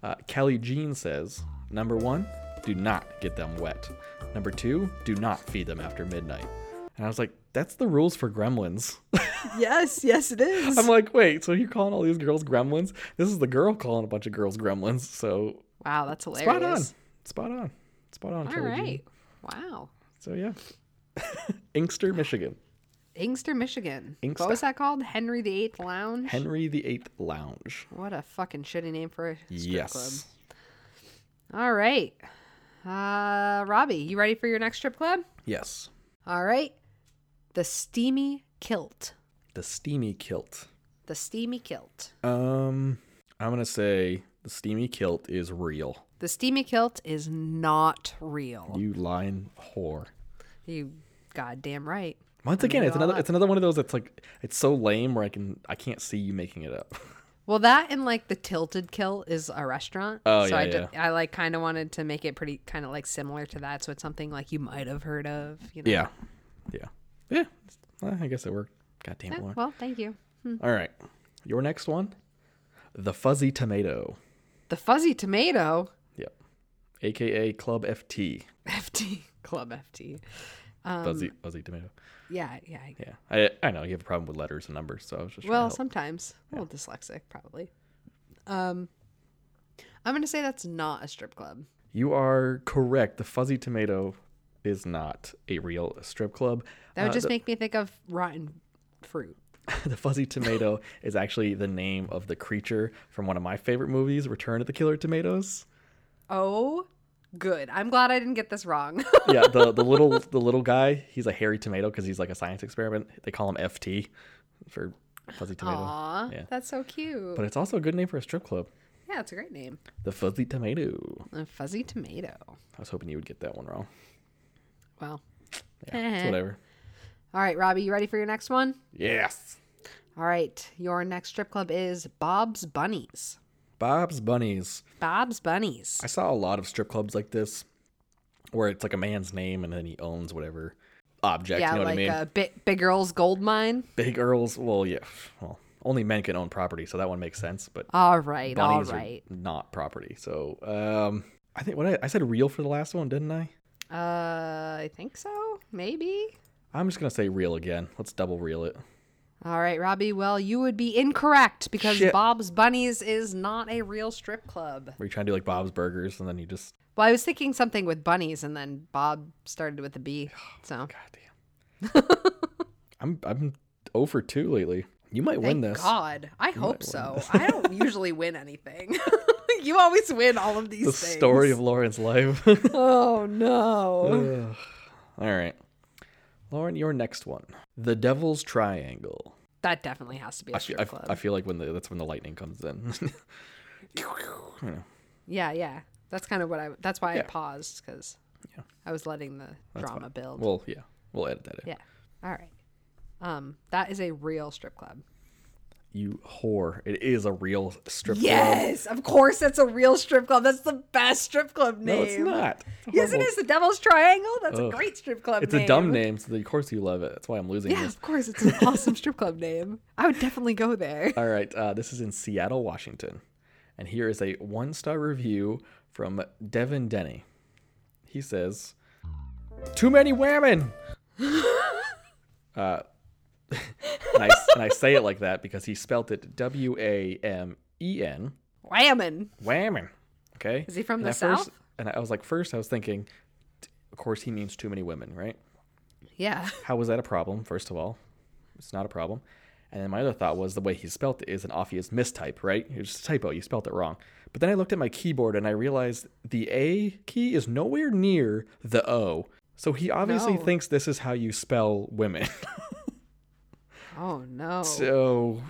S3: uh, Kelly Jean says number one, do not get them wet. Number two, do not feed them after midnight. And I was like, that's the rules for gremlins. (laughs)
S1: Yes, yes, it is.
S3: I'm like, wait, so you're calling all these girls gremlins? This is the girl calling a bunch of girls gremlins. So
S1: wow, that's hilarious.
S3: spot on, spot on, spot on.
S1: All
S3: Kelly Jean.
S1: right. Wow.
S3: So yeah, (laughs) Inkster, Michigan,
S1: Inkster, Michigan.
S3: Inkster.
S1: What was that called? Henry VIII Lounge?
S3: Henry VIII Lounge.
S1: what a fucking shitty name for a strip club.
S3: Yes.
S1: All right. Uh Robbie, you ready for your next strip club?
S3: Yes.
S1: All right. The steamy kilt.
S3: The steamy kilt.
S1: The steamy kilt.
S3: Um, I'm gonna say the steamy kilt is real.
S1: The steamy kilt is not real.
S3: You lying whore.
S1: You goddamn right.
S3: Once again, it's another it's another one of those that's like it's so lame where I can I can't see you making it up. (laughs)
S1: Well, that and like the tilted kilt is a restaurant.
S3: Oh,
S1: so I,
S3: yeah,
S1: ju- I like kind of wanted to make it pretty kind of like similar to that. So it's something like you might have heard of. You know?
S3: yeah, yeah, yeah. Well, I guess it worked. God damn
S1: Yeah,
S3: it, Lauren.
S1: Eh, Well, thank you.
S3: All right, your next one, the fuzzy tomato.
S1: The fuzzy tomato.
S3: Yep, aka Club FT.
S1: FT Club FT. Um,
S3: fuzzy fuzzy tomato.
S1: Yeah, yeah. I-
S3: Yeah, I I know you have a problem with letters and numbers, so I was just
S1: Well,
S3: trying to help.
S1: sometimes a little dyslexic, probably. Um, I'm gonna say that's not a strip club.
S3: You are correct. The Fuzzy Tomato is not a real strip club.
S1: That would
S3: Uh,
S1: just
S3: the,
S1: make me think of rotten fruit.
S3: (laughs) the Fuzzy Tomato is actually the name of the creature from one of my favorite movies, Return of the Killer Tomatoes.
S1: Oh, good. I'm glad I didn't get this
S3: (laughs)
S1: wrong.
S3: Yeah, the,
S1: (laughs)
S3: the little the little guy, he's a hairy tomato because he's like a science experiment. They call him FT for Fuzzy Tomato.
S1: Aw,
S3: Yeah.
S1: that's so cute.
S3: But it's also a good name for a strip club.
S1: yeah, it's a great name.
S3: The Fuzzy Tomato.
S1: A fuzzy tomato.
S3: I was hoping you would get that one wrong.
S1: Well, (laughs)
S3: Yeah,
S1: Eh.
S3: it's whatever.
S1: all right, Robbie, you ready for your next one?
S3: Yes.
S1: All right, your next strip club is Bob's Bunnies.
S3: Bob's Bunnies.
S1: Bob's Bunnies.
S3: I saw a lot of strip clubs like this where it's like a man's name and then he owns whatever object.
S1: yeah,
S3: you know
S1: like
S3: what I mean?
S1: a big, big girl's gold mine.
S3: Big Earls. Well, yeah. Well, only men can own property, so that one makes sense. But
S1: All right,
S3: bunnies
S1: all right.
S3: are not property. So um, I think what I, I said real for the last one, didn't I?
S1: Uh, I think so. Maybe.
S3: I'm just gonna say real again. Let's double reel it.
S1: All right, Robbie. Well, you would be incorrect because
S3: Shit.
S1: Bob's Bunnies is not a real strip club.
S3: Were you trying to do like Bob's Burgers and then you just
S1: Well, I was thinking something with bunnies, and then Bob started with a B. So
S3: goddamn.
S1: (laughs)
S3: I'm I'm over two lately. You might win
S1: Thank
S3: this.
S1: God, I hope so. I don't
S3: (laughs)
S1: usually win anything. (laughs) you always win all of these
S3: The
S1: things.
S3: story of Lauren's life. (laughs)
S1: Oh no.
S3: Ugh. All right. Lauren, your next one. The Devil's Triangle.
S1: that definitely has to be
S3: I
S1: a
S3: feel,
S1: strip
S3: I,
S1: club.
S3: I feel like when the, that's when the lightning comes in. (laughs)
S1: yeah, yeah. That's kind of what I. That's why
S3: Yeah.
S1: I paused because I was letting the drama build.
S3: well, yeah. We'll edit that in.
S1: yeah. All right. Um, that is a real strip club.
S3: You whore. It is a real strip club.
S1: Yes, of course. That's a real strip club. That's the best strip club name.
S3: No, it's not. It's a
S1: Yes, it
S3: horrible-
S1: is. The Devil's Triangle. That's
S3: Ugh.
S1: a great strip club.
S3: It's
S1: name.
S3: a dumb name, so of course you love it. That's why I'm losing
S1: Yeah,
S3: this.
S1: of course. It's an awesome strip club name. I would definitely go (laughs) there.
S3: All right. Uh, this is in Seattle, Washington. And here is a one star review from Devin Denny. He says, Too many women.
S1: (laughs)
S3: uh, (laughs) and, I, and I say it like that because he spelt it W A M E N.
S1: Whammon.
S3: Whammon. Okay.
S1: Is he from
S3: and
S1: the
S3: at first-
S1: South?
S3: and I was like, first, I was thinking, t- of course, he means too many women, right?
S1: Yeah.
S3: How was that a problem? First of all, it's not a problem. And then my other thought was the way he spelt it is an obvious mistype, right? It's just a typo. You spelt it wrong. But then I looked at my keyboard and I realized the A key is nowhere near the O. So he obviously
S1: No.
S3: thinks this is how you spell women. (laughs)
S1: Oh no.
S3: so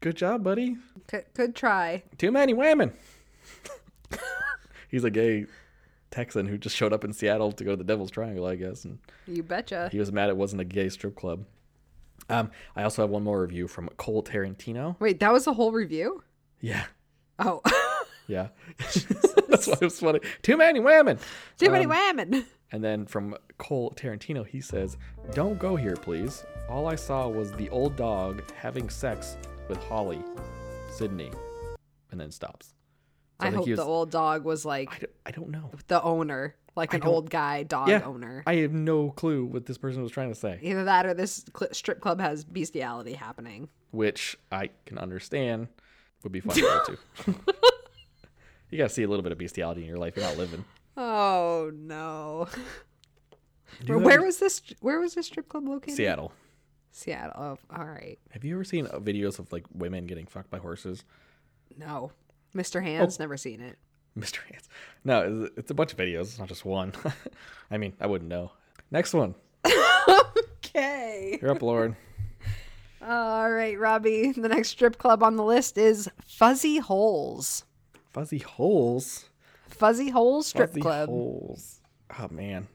S3: good job, buddy.
S1: Could, could try.
S3: Too many women. (laughs) He's a gay Texan who just showed up in Seattle to go to the Devil's Triangle, I guess. And
S1: You betcha.
S3: he was mad it wasn't a gay strip club. Um, I also have one more review from Cole Tarantino.
S1: Wait, that was the whole review?
S3: Yeah,
S1: Oh. (laughs)
S3: yeah. (laughs) That's why it was funny. Too many women.
S1: Too
S3: Um,
S1: many women.
S3: And then from Cole Tarantino, he says, "Don't go here, please. All I saw was the old dog having sex with Holly, Sydney, and then stops." So
S1: I
S3: think
S1: hope
S3: he was-
S1: the old dog was
S3: I
S1: like
S3: don't, I don't know.
S1: the owner, like an
S3: don't-
S1: old guy dog
S3: yeah,
S1: owner.
S3: I have no clue what this person was trying to say,
S1: Either that or this cl- strip club has bestiality happening.
S3: which I can understand would be fun to go to. you gotta see a little bit of bestiality in your life. You're not living.
S1: Oh (laughs) no.
S3: Do
S1: Where,
S3: you
S1: where
S3: ever-
S1: was this where was this strip club located?
S3: Seattle?
S1: Seattle. Oh, all right.
S3: Have you ever seen uh, videos of like women getting fucked by horses? (laughs)
S1: No. Mr.
S3: Oh.
S1: Hands never seen it.
S3: Mr. Hands. No, it's- it's a bunch of videos. It's not just one. (laughs) I mean, I wouldn't know. Next one.
S1: Okay.
S3: You're up, Lauren.
S1: All right, Robbie. The next strip club on the list is Fuzzy Holes.
S3: Fuzzy holes.
S1: Fuzzy Holes Strip
S3: Fuzzy
S1: Club.
S3: holes. Oh man.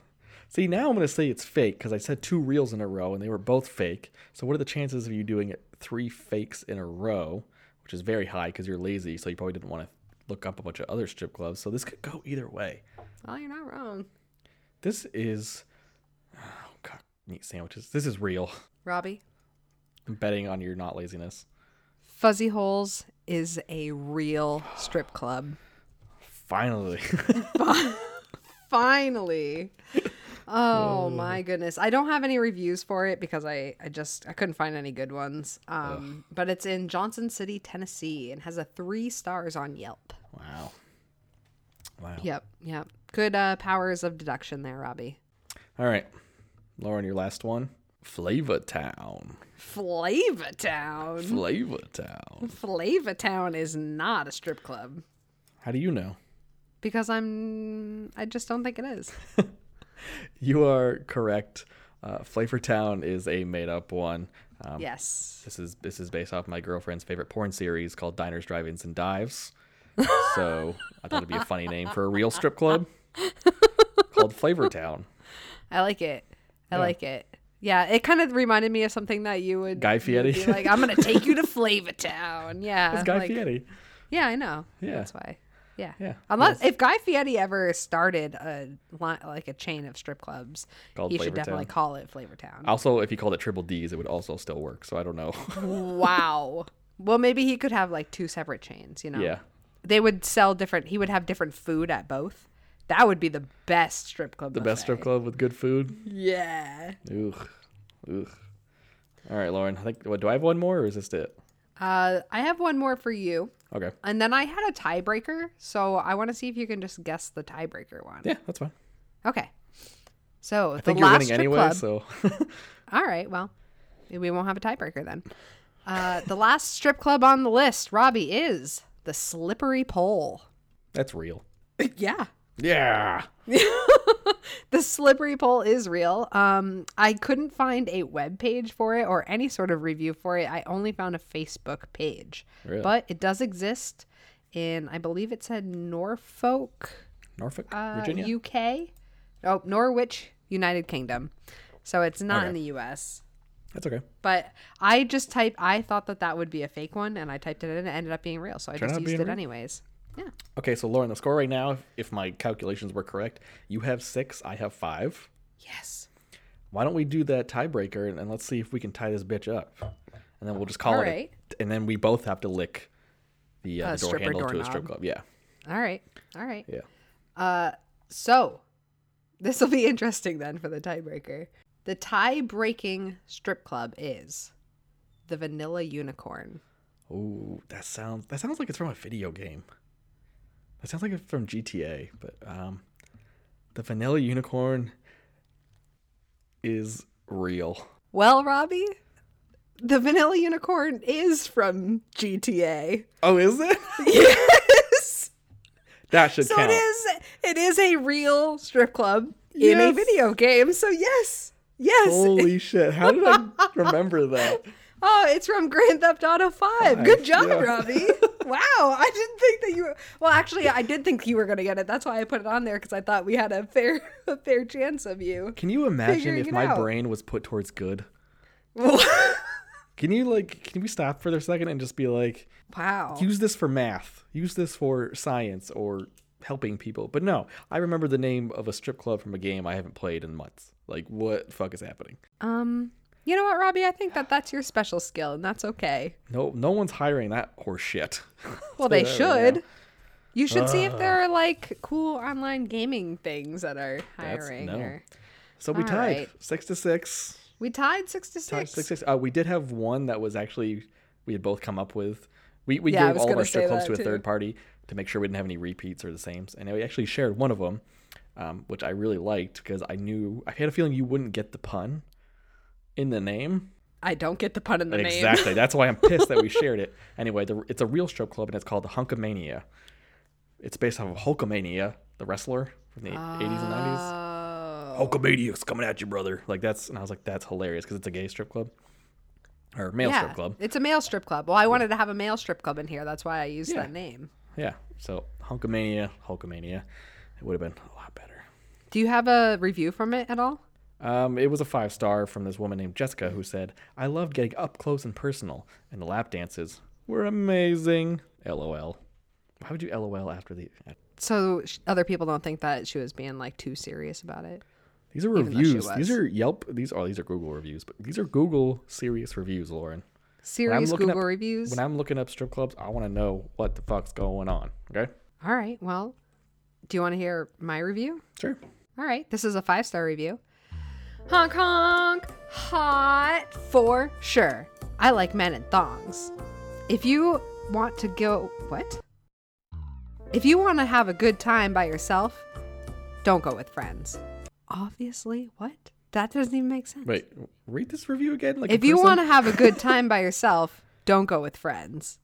S3: See, now I'm gonna say it's fake because I said two reels in a row and they were both fake. So what are the chances of you doing it three fakes in a row, which is very high because you're lazy, so you probably didn't want to look up a bunch of other strip clubs. So this could go either way.
S1: Well, Oh, you're not wrong.
S3: This is. Oh god, meat sandwiches. This is real.
S5: Robbie?
S3: I'm betting on your not laziness.
S1: Fuzzy Holes is a real strip club.
S3: Finally. (laughs)
S1: Finally. Oh my goodness. I don't have any reviews for it because I, I just I couldn't find any good ones. Um, but it's in Johnson City, Tennessee and has a 3 stars on Yelp.
S3: wow. Wow.
S1: Yep, yep. Good uh, powers of deduction there, Robbie.
S3: All right. Lauren, your last one. Flavor Town.
S1: Flavor Town.
S3: Flavor Town.
S1: Flavor Town is not a strip club
S3: How do you know?
S1: because I'm I just don't think it is.
S3: You are correct. Uh, Flavor Town is a made up one.
S1: Oh.
S3: Um,
S1: Yes.
S3: This is this is based off my girlfriend's favorite porn series called Diners, Drive-Ins, and Dives. so I thought it'd be a funny name for a real strip club called Flavor Town.
S1: I like it. I like it. Yeah, it kind of reminded me of something that you would
S3: Guy
S1: you would be
S3: Fieri?
S1: like I'm going to take you
S3: (laughs)
S1: to Flavor Town. Yeah.
S3: It's Guy
S1: like-
S3: Fieri.
S1: Yeah, I know.
S3: Yeah.
S1: That's why. Yeah.
S3: Yeah,
S1: Unless if Guy Fieri ever started a li- like a chain of strip clubs,
S3: Called
S1: he
S3: Flavor
S1: should definitely
S3: Town.
S1: call it Flavor Town.
S3: Also, if you called it Triple D's, it would also still work. So I don't know. (laughs)
S1: Wow. Well, maybe he could have like two separate chains, you know?
S3: Yeah.
S1: They would sell different, he would have different food at both. That would be the best strip club.
S3: the best strip club with good food.
S1: Yeah.
S3: Ugh. Ugh. All right, Lauren. I think. What, do I have one more, or is this it?
S1: Uh, I have one more for you.
S3: Okay.
S1: And then I had a tiebreaker. So I want to see if you can just guess the tiebreaker one.
S3: Yeah, that's fine.
S1: Okay. So
S3: I think
S1: the
S3: you're
S1: last
S3: winning
S1: strip
S3: anyway,
S1: club.
S3: so (laughs)
S1: All right. Well, maybe we won't have a tiebreaker then. Uh, the last strip club on the list, Robbie, is the Slippery
S3: (laughs)
S1: Pole.
S3: that's real.
S1: Yeah.
S3: Yeah.
S1: the slippery pole is real. Um, I couldn't find a web page for it or any sort of review for it. I only found a Facebook page,
S3: Really?
S1: but it does exist in, I believe it said Norfolk,
S3: Norfolk,
S1: uh,
S3: Virginia.
S1: UK. Oh, Norwich, United Kingdom. So it's not
S3: Okay.
S1: in the U.S.
S3: That's okay.
S1: But I just typed. I thought that that would be a fake one, and I typed it in, and it ended up being real. So I
S3: Turned
S1: just
S3: out
S1: used
S3: being
S1: it
S3: real?
S1: anyways. Yeah.
S3: Okay, so Lauren, the score right now, if, if my calculations were correct, you have six, I have five.
S1: Yes.
S3: Why don't we do that tiebreaker and, and let's see if we can tie this bitch up, and then we'll just call
S1: All
S3: it. a-
S1: right.
S3: and then we both have to lick the, uh,
S1: A
S3: the door
S1: stripper
S3: handle to a
S1: doorknob.
S3: strip club. Yeah.
S1: All right. All right.
S3: Yeah.
S1: Uh, So, This will be (laughs) interesting then for the tiebreaker. The tie breaking strip club is the Vanilla Unicorn.
S3: Ooh, that sounds that sounds like it's from a video game. That sounds like it's from GTA, but um, the vanilla unicorn is real.
S1: Well, Robbie, the Vanilla Unicorn is from GTA.
S3: Oh, is it?
S1: (laughs)
S3: (laughs)
S1: Yes.
S3: that should
S1: So
S3: count.
S1: it is it is a real strip club in a
S3: Yes.
S1: video game. So yes. Yes.
S3: Holy shit! How did
S1: (laughs)
S3: I remember that?
S1: Oh, it's from Grand Theft Auto 5. Good
S3: Five,
S1: job,
S3: yeah. (laughs)
S1: Robbie. wow. I didn't think that you were Well, actually, I did think you were going to get it. That's why I put it on there cuz I thought we had a fair (laughs) a fair chance of you. (laughs)
S3: Can you imagine
S1: Figuring
S3: if
S1: it
S3: my
S1: out.
S3: brain was put towards good? Can you like? Can we stop for a second and just be like,
S1: wow.
S3: use this for math, use this for science, or helping people? But no, I remember the name of a strip club from a game I haven't played in months. Like, what the fuck is happening?
S1: Um, you know what, Robbie? I think that that's your special skill and that's okay.
S3: No, no one's hiring that horse shit. (laughs)
S1: Well, they
S3: Say that right
S1: should. You should see
S3: Uh.
S1: if there are like cool online gaming things that are
S3: That's-
S1: hiring.
S3: no.
S1: or-
S3: So we
S1: All
S3: tied
S1: right.
S3: six to six.
S1: We tied six to
S3: Tied
S1: six.
S3: six six. Uh, we did have one that was actually we had both come up with. We we
S1: Yeah, I
S3: gave
S1: was
S3: all of
S1: gonna
S3: our strip
S1: say
S3: clubs
S1: that
S3: to a
S1: too.
S3: third party to make sure we didn't have any repeats or the sames, and we actually shared one of them, um, which I really liked because I knew I had a feeling you wouldn't get the pun in the name.
S1: I don't get the pun in the name.
S3: Exactly. That's why I'm
S1: (laughs)
S3: pissed that we shared it. Anyway, the, it's a real strip club and it's called the Hunkamania. It's based off of Hulkamania, the wrestler from the 80s and 90s.
S1: Oh.
S3: Hulkamania's coming at you, brother. Like that's, and I was like, that's hilarious because it's a gay strip club or male
S1: yeah.
S3: strip club.
S1: It's a male strip club. Well, I wanted to have a male strip club in here. That's why I used that name.
S3: Yeah. So Hunkamania, Hulkamania, it would have been a lot better.
S1: Do you have a review from it at all?
S3: Um, it was a five star from this woman named Jessica who said, I loved getting up close and personal, and the lap dances were amazing. LOL. Why would you LOL after the. uh,
S1: So sh- other people don't think that she was being like too serious about it.
S3: These are
S1: though she
S3: reviews. These
S1: was.
S3: are Yelp. These are these are Google reviews, but these are Google serious reviews, Lauren. When I'm
S1: Serious
S3: looking
S1: Google
S3: up-
S1: reviews.
S3: When I'm looking up strip clubs, I want to know what the fuck's going on. Okay.
S1: All right. Well, do you want to hear my review?
S3: Sure.
S1: All right, this is a five star review. Honk honk, hot for sure. I like men in thongs. If you want to go, what? If you want to have a good time by yourself, don't go with friends. Obviously, what? That doesn't even make sense.
S3: Wait. Read this review again. Like
S1: If you want to have a good time by yourself, don't go with friends.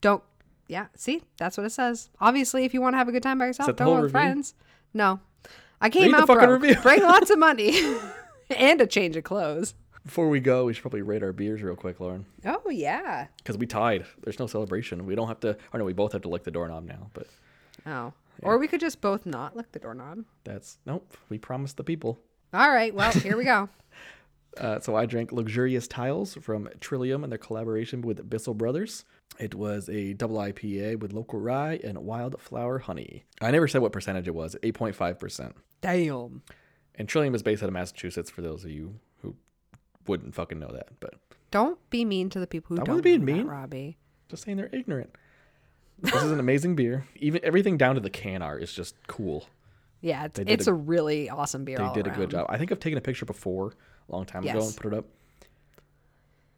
S1: Don't. Yeah, see, that's what it says. Obviously, if you want to have a good time by yourself,
S3: that the
S1: don't
S3: whole
S1: go with
S3: review?
S1: friends. No, I came
S3: the
S1: out
S3: fucking
S1: broke.
S3: review.
S1: Bring lots
S3: (laughs)
S1: of money (laughs) and a change of clothes.
S3: Before we go, we should probably rate our beers real quick, Lauren,
S1: Oh yeah.
S3: because we tied. There's no celebration. We don't have to. Or no, we both have to lick the doorknob now. But
S1: Oh, or we could just both not lick the doorknob.
S3: that's nope. We promised the people.
S1: All right. Well, here we
S3: (laughs)
S1: go.
S3: Uh, so I drank Luxurious Tiles from Trillium and their collaboration with Bissell Brothers. It was a double IPA with local rye and wildflower honey. I never said what percentage it was, 8.5%.
S1: Damn.
S3: And Trillium is based out of Massachusetts for those of you who wouldn't fucking know that, but
S1: Don't be mean to the people who
S3: I
S1: don't
S3: wasn't
S1: know
S3: being
S1: that,
S3: mean.
S1: Robbie.
S3: just saying they're ignorant. This is an amazing beer. Even everything down to the can art is just cool.
S1: Yeah, it's,
S3: did
S1: it's
S3: a-
S1: a, really awesome beer.
S3: They
S1: all
S3: did a
S1: around.
S3: good job. I think I've taken a picture before a long time ago
S1: Yes.
S3: and put it up.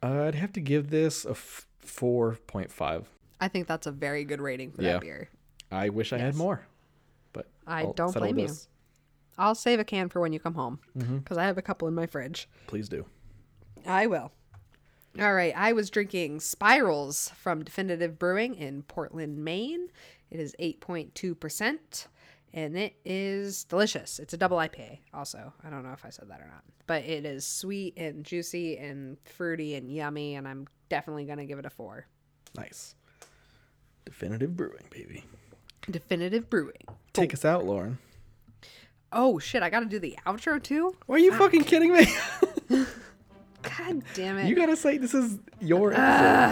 S3: I'd have to give this a f- 4.5.
S1: I think that's a very good rating for
S3: Yeah.
S1: that beer.
S3: I wish I had more, but
S1: I don't
S3: settle
S1: blame you.
S3: this.
S1: I'll save a can for when you come home because
S3: Mm-hmm.
S1: I have a couple in my fridge.
S3: Please do.
S1: I will. All right. I was drinking Spirals from Definitive Brewing in Portland, Maine. It is 8.2%, and it is delicious. It's a double IPA, also. I don't know if I said that or not, but it is sweet and juicy and fruity and yummy, and I'm definitely going to give it a four.
S3: Nice. Definitive Brewing, baby.
S1: Oh. Definitive Brewing.
S3: Take us out, Lauren.
S1: Oh, shit. I got to do the outro too?
S3: Ah. Are you fucking kidding me?
S1: God God damn it.
S3: (laughs) You gotta say this is your episode.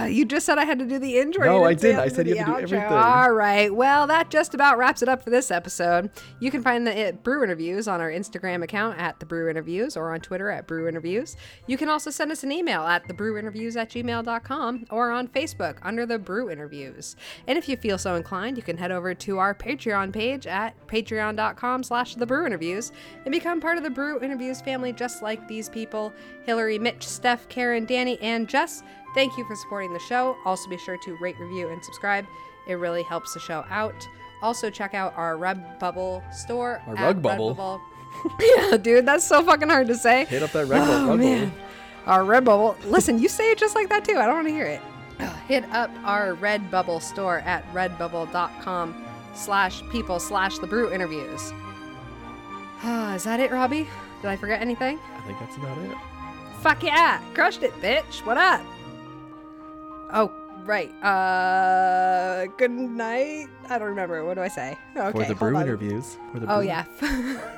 S1: Ugh, you just said I had to do the intro.
S3: No,
S1: you
S3: I
S1: say
S3: didn't.
S1: have
S3: I
S1: to
S3: said you
S1: the
S3: have to do
S1: outro.
S3: everything.
S1: All right. Well, that just about wraps it up for this episode. You can find the it, Brew Interviews on our Instagram account at The Brew Interviews or on Twitter at Brew Interviews. You can also send us an email at TheBrewInterviews at gmail.com or on Facebook under The Brew Interviews. And if you feel so inclined, you can head over to our Patreon page at patreon.com slash The Brew Interviews and become part of The Brew Interviews family just like these people, Hillary, Mitch, Steph, Karen, Danny, and Jess. Thank you for supporting the show. Also, be sure to rate, review, and subscribe. It really helps the show out. Also, check out our Redbubble store.
S3: Our
S1: at
S3: Rugbubble.
S1: Redbubble. (laughs) yeah, dude, that's so fucking hard to say.
S3: Hit up that red button.
S1: Oh, man. Our Redbubble. Listen, you say it just like that too. I don't want to hear it. Hit up our Redbubble store at redbubble.com slash people slash the brew interviews. (sighs) Is that it, Robbie? Did I forget anything?
S3: I think that's about it.
S1: Fuck yeah! Crushed it, bitch! What up? Oh, right. Uh, good night? I don't remember. What do I say? Okay,
S3: for the
S1: hold
S3: brew
S1: on.
S3: interviews. For the
S1: Oh,
S3: brew-
S1: yeah. (laughs)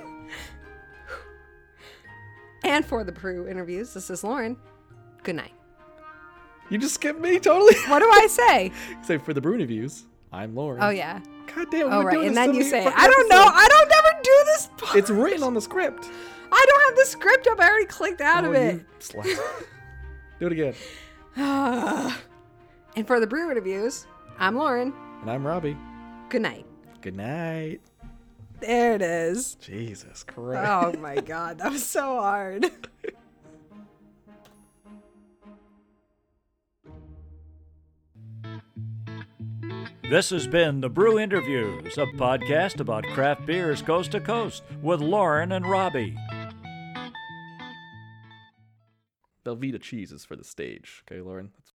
S1: and for the brew interviews, this is Lauren. Good night.
S3: You just skipped me totally. (laughs)
S1: What do I say?
S3: Say for the brew interviews. I'm Lauren.
S1: Oh, yeah.
S3: God damn.
S1: All
S3: we're
S1: right,
S3: doing
S1: and
S3: this
S1: then
S3: so
S1: you
S3: many
S1: say,
S3: fucking
S1: I don't know.
S3: episodes.
S1: I don't never do this part.
S3: It's written on the script.
S1: I don't have the script up. I already clicked out
S3: Oh,
S1: of
S3: you
S1: it. (sighs)
S3: slap. Do it again.
S1: And for the brew interviews, I'm Lauren.
S3: And I'm Robbie.
S1: Good night.
S3: Good night.
S1: There it is.
S3: Jesus Christ.
S1: Oh my god, that was so hard. (laughs)
S2: This has been The Brew Interviews, a podcast about craft beers coast to coast with Lauren and Robbie.
S3: Velveeta cheese is for the stage. Okay, Lauren. That's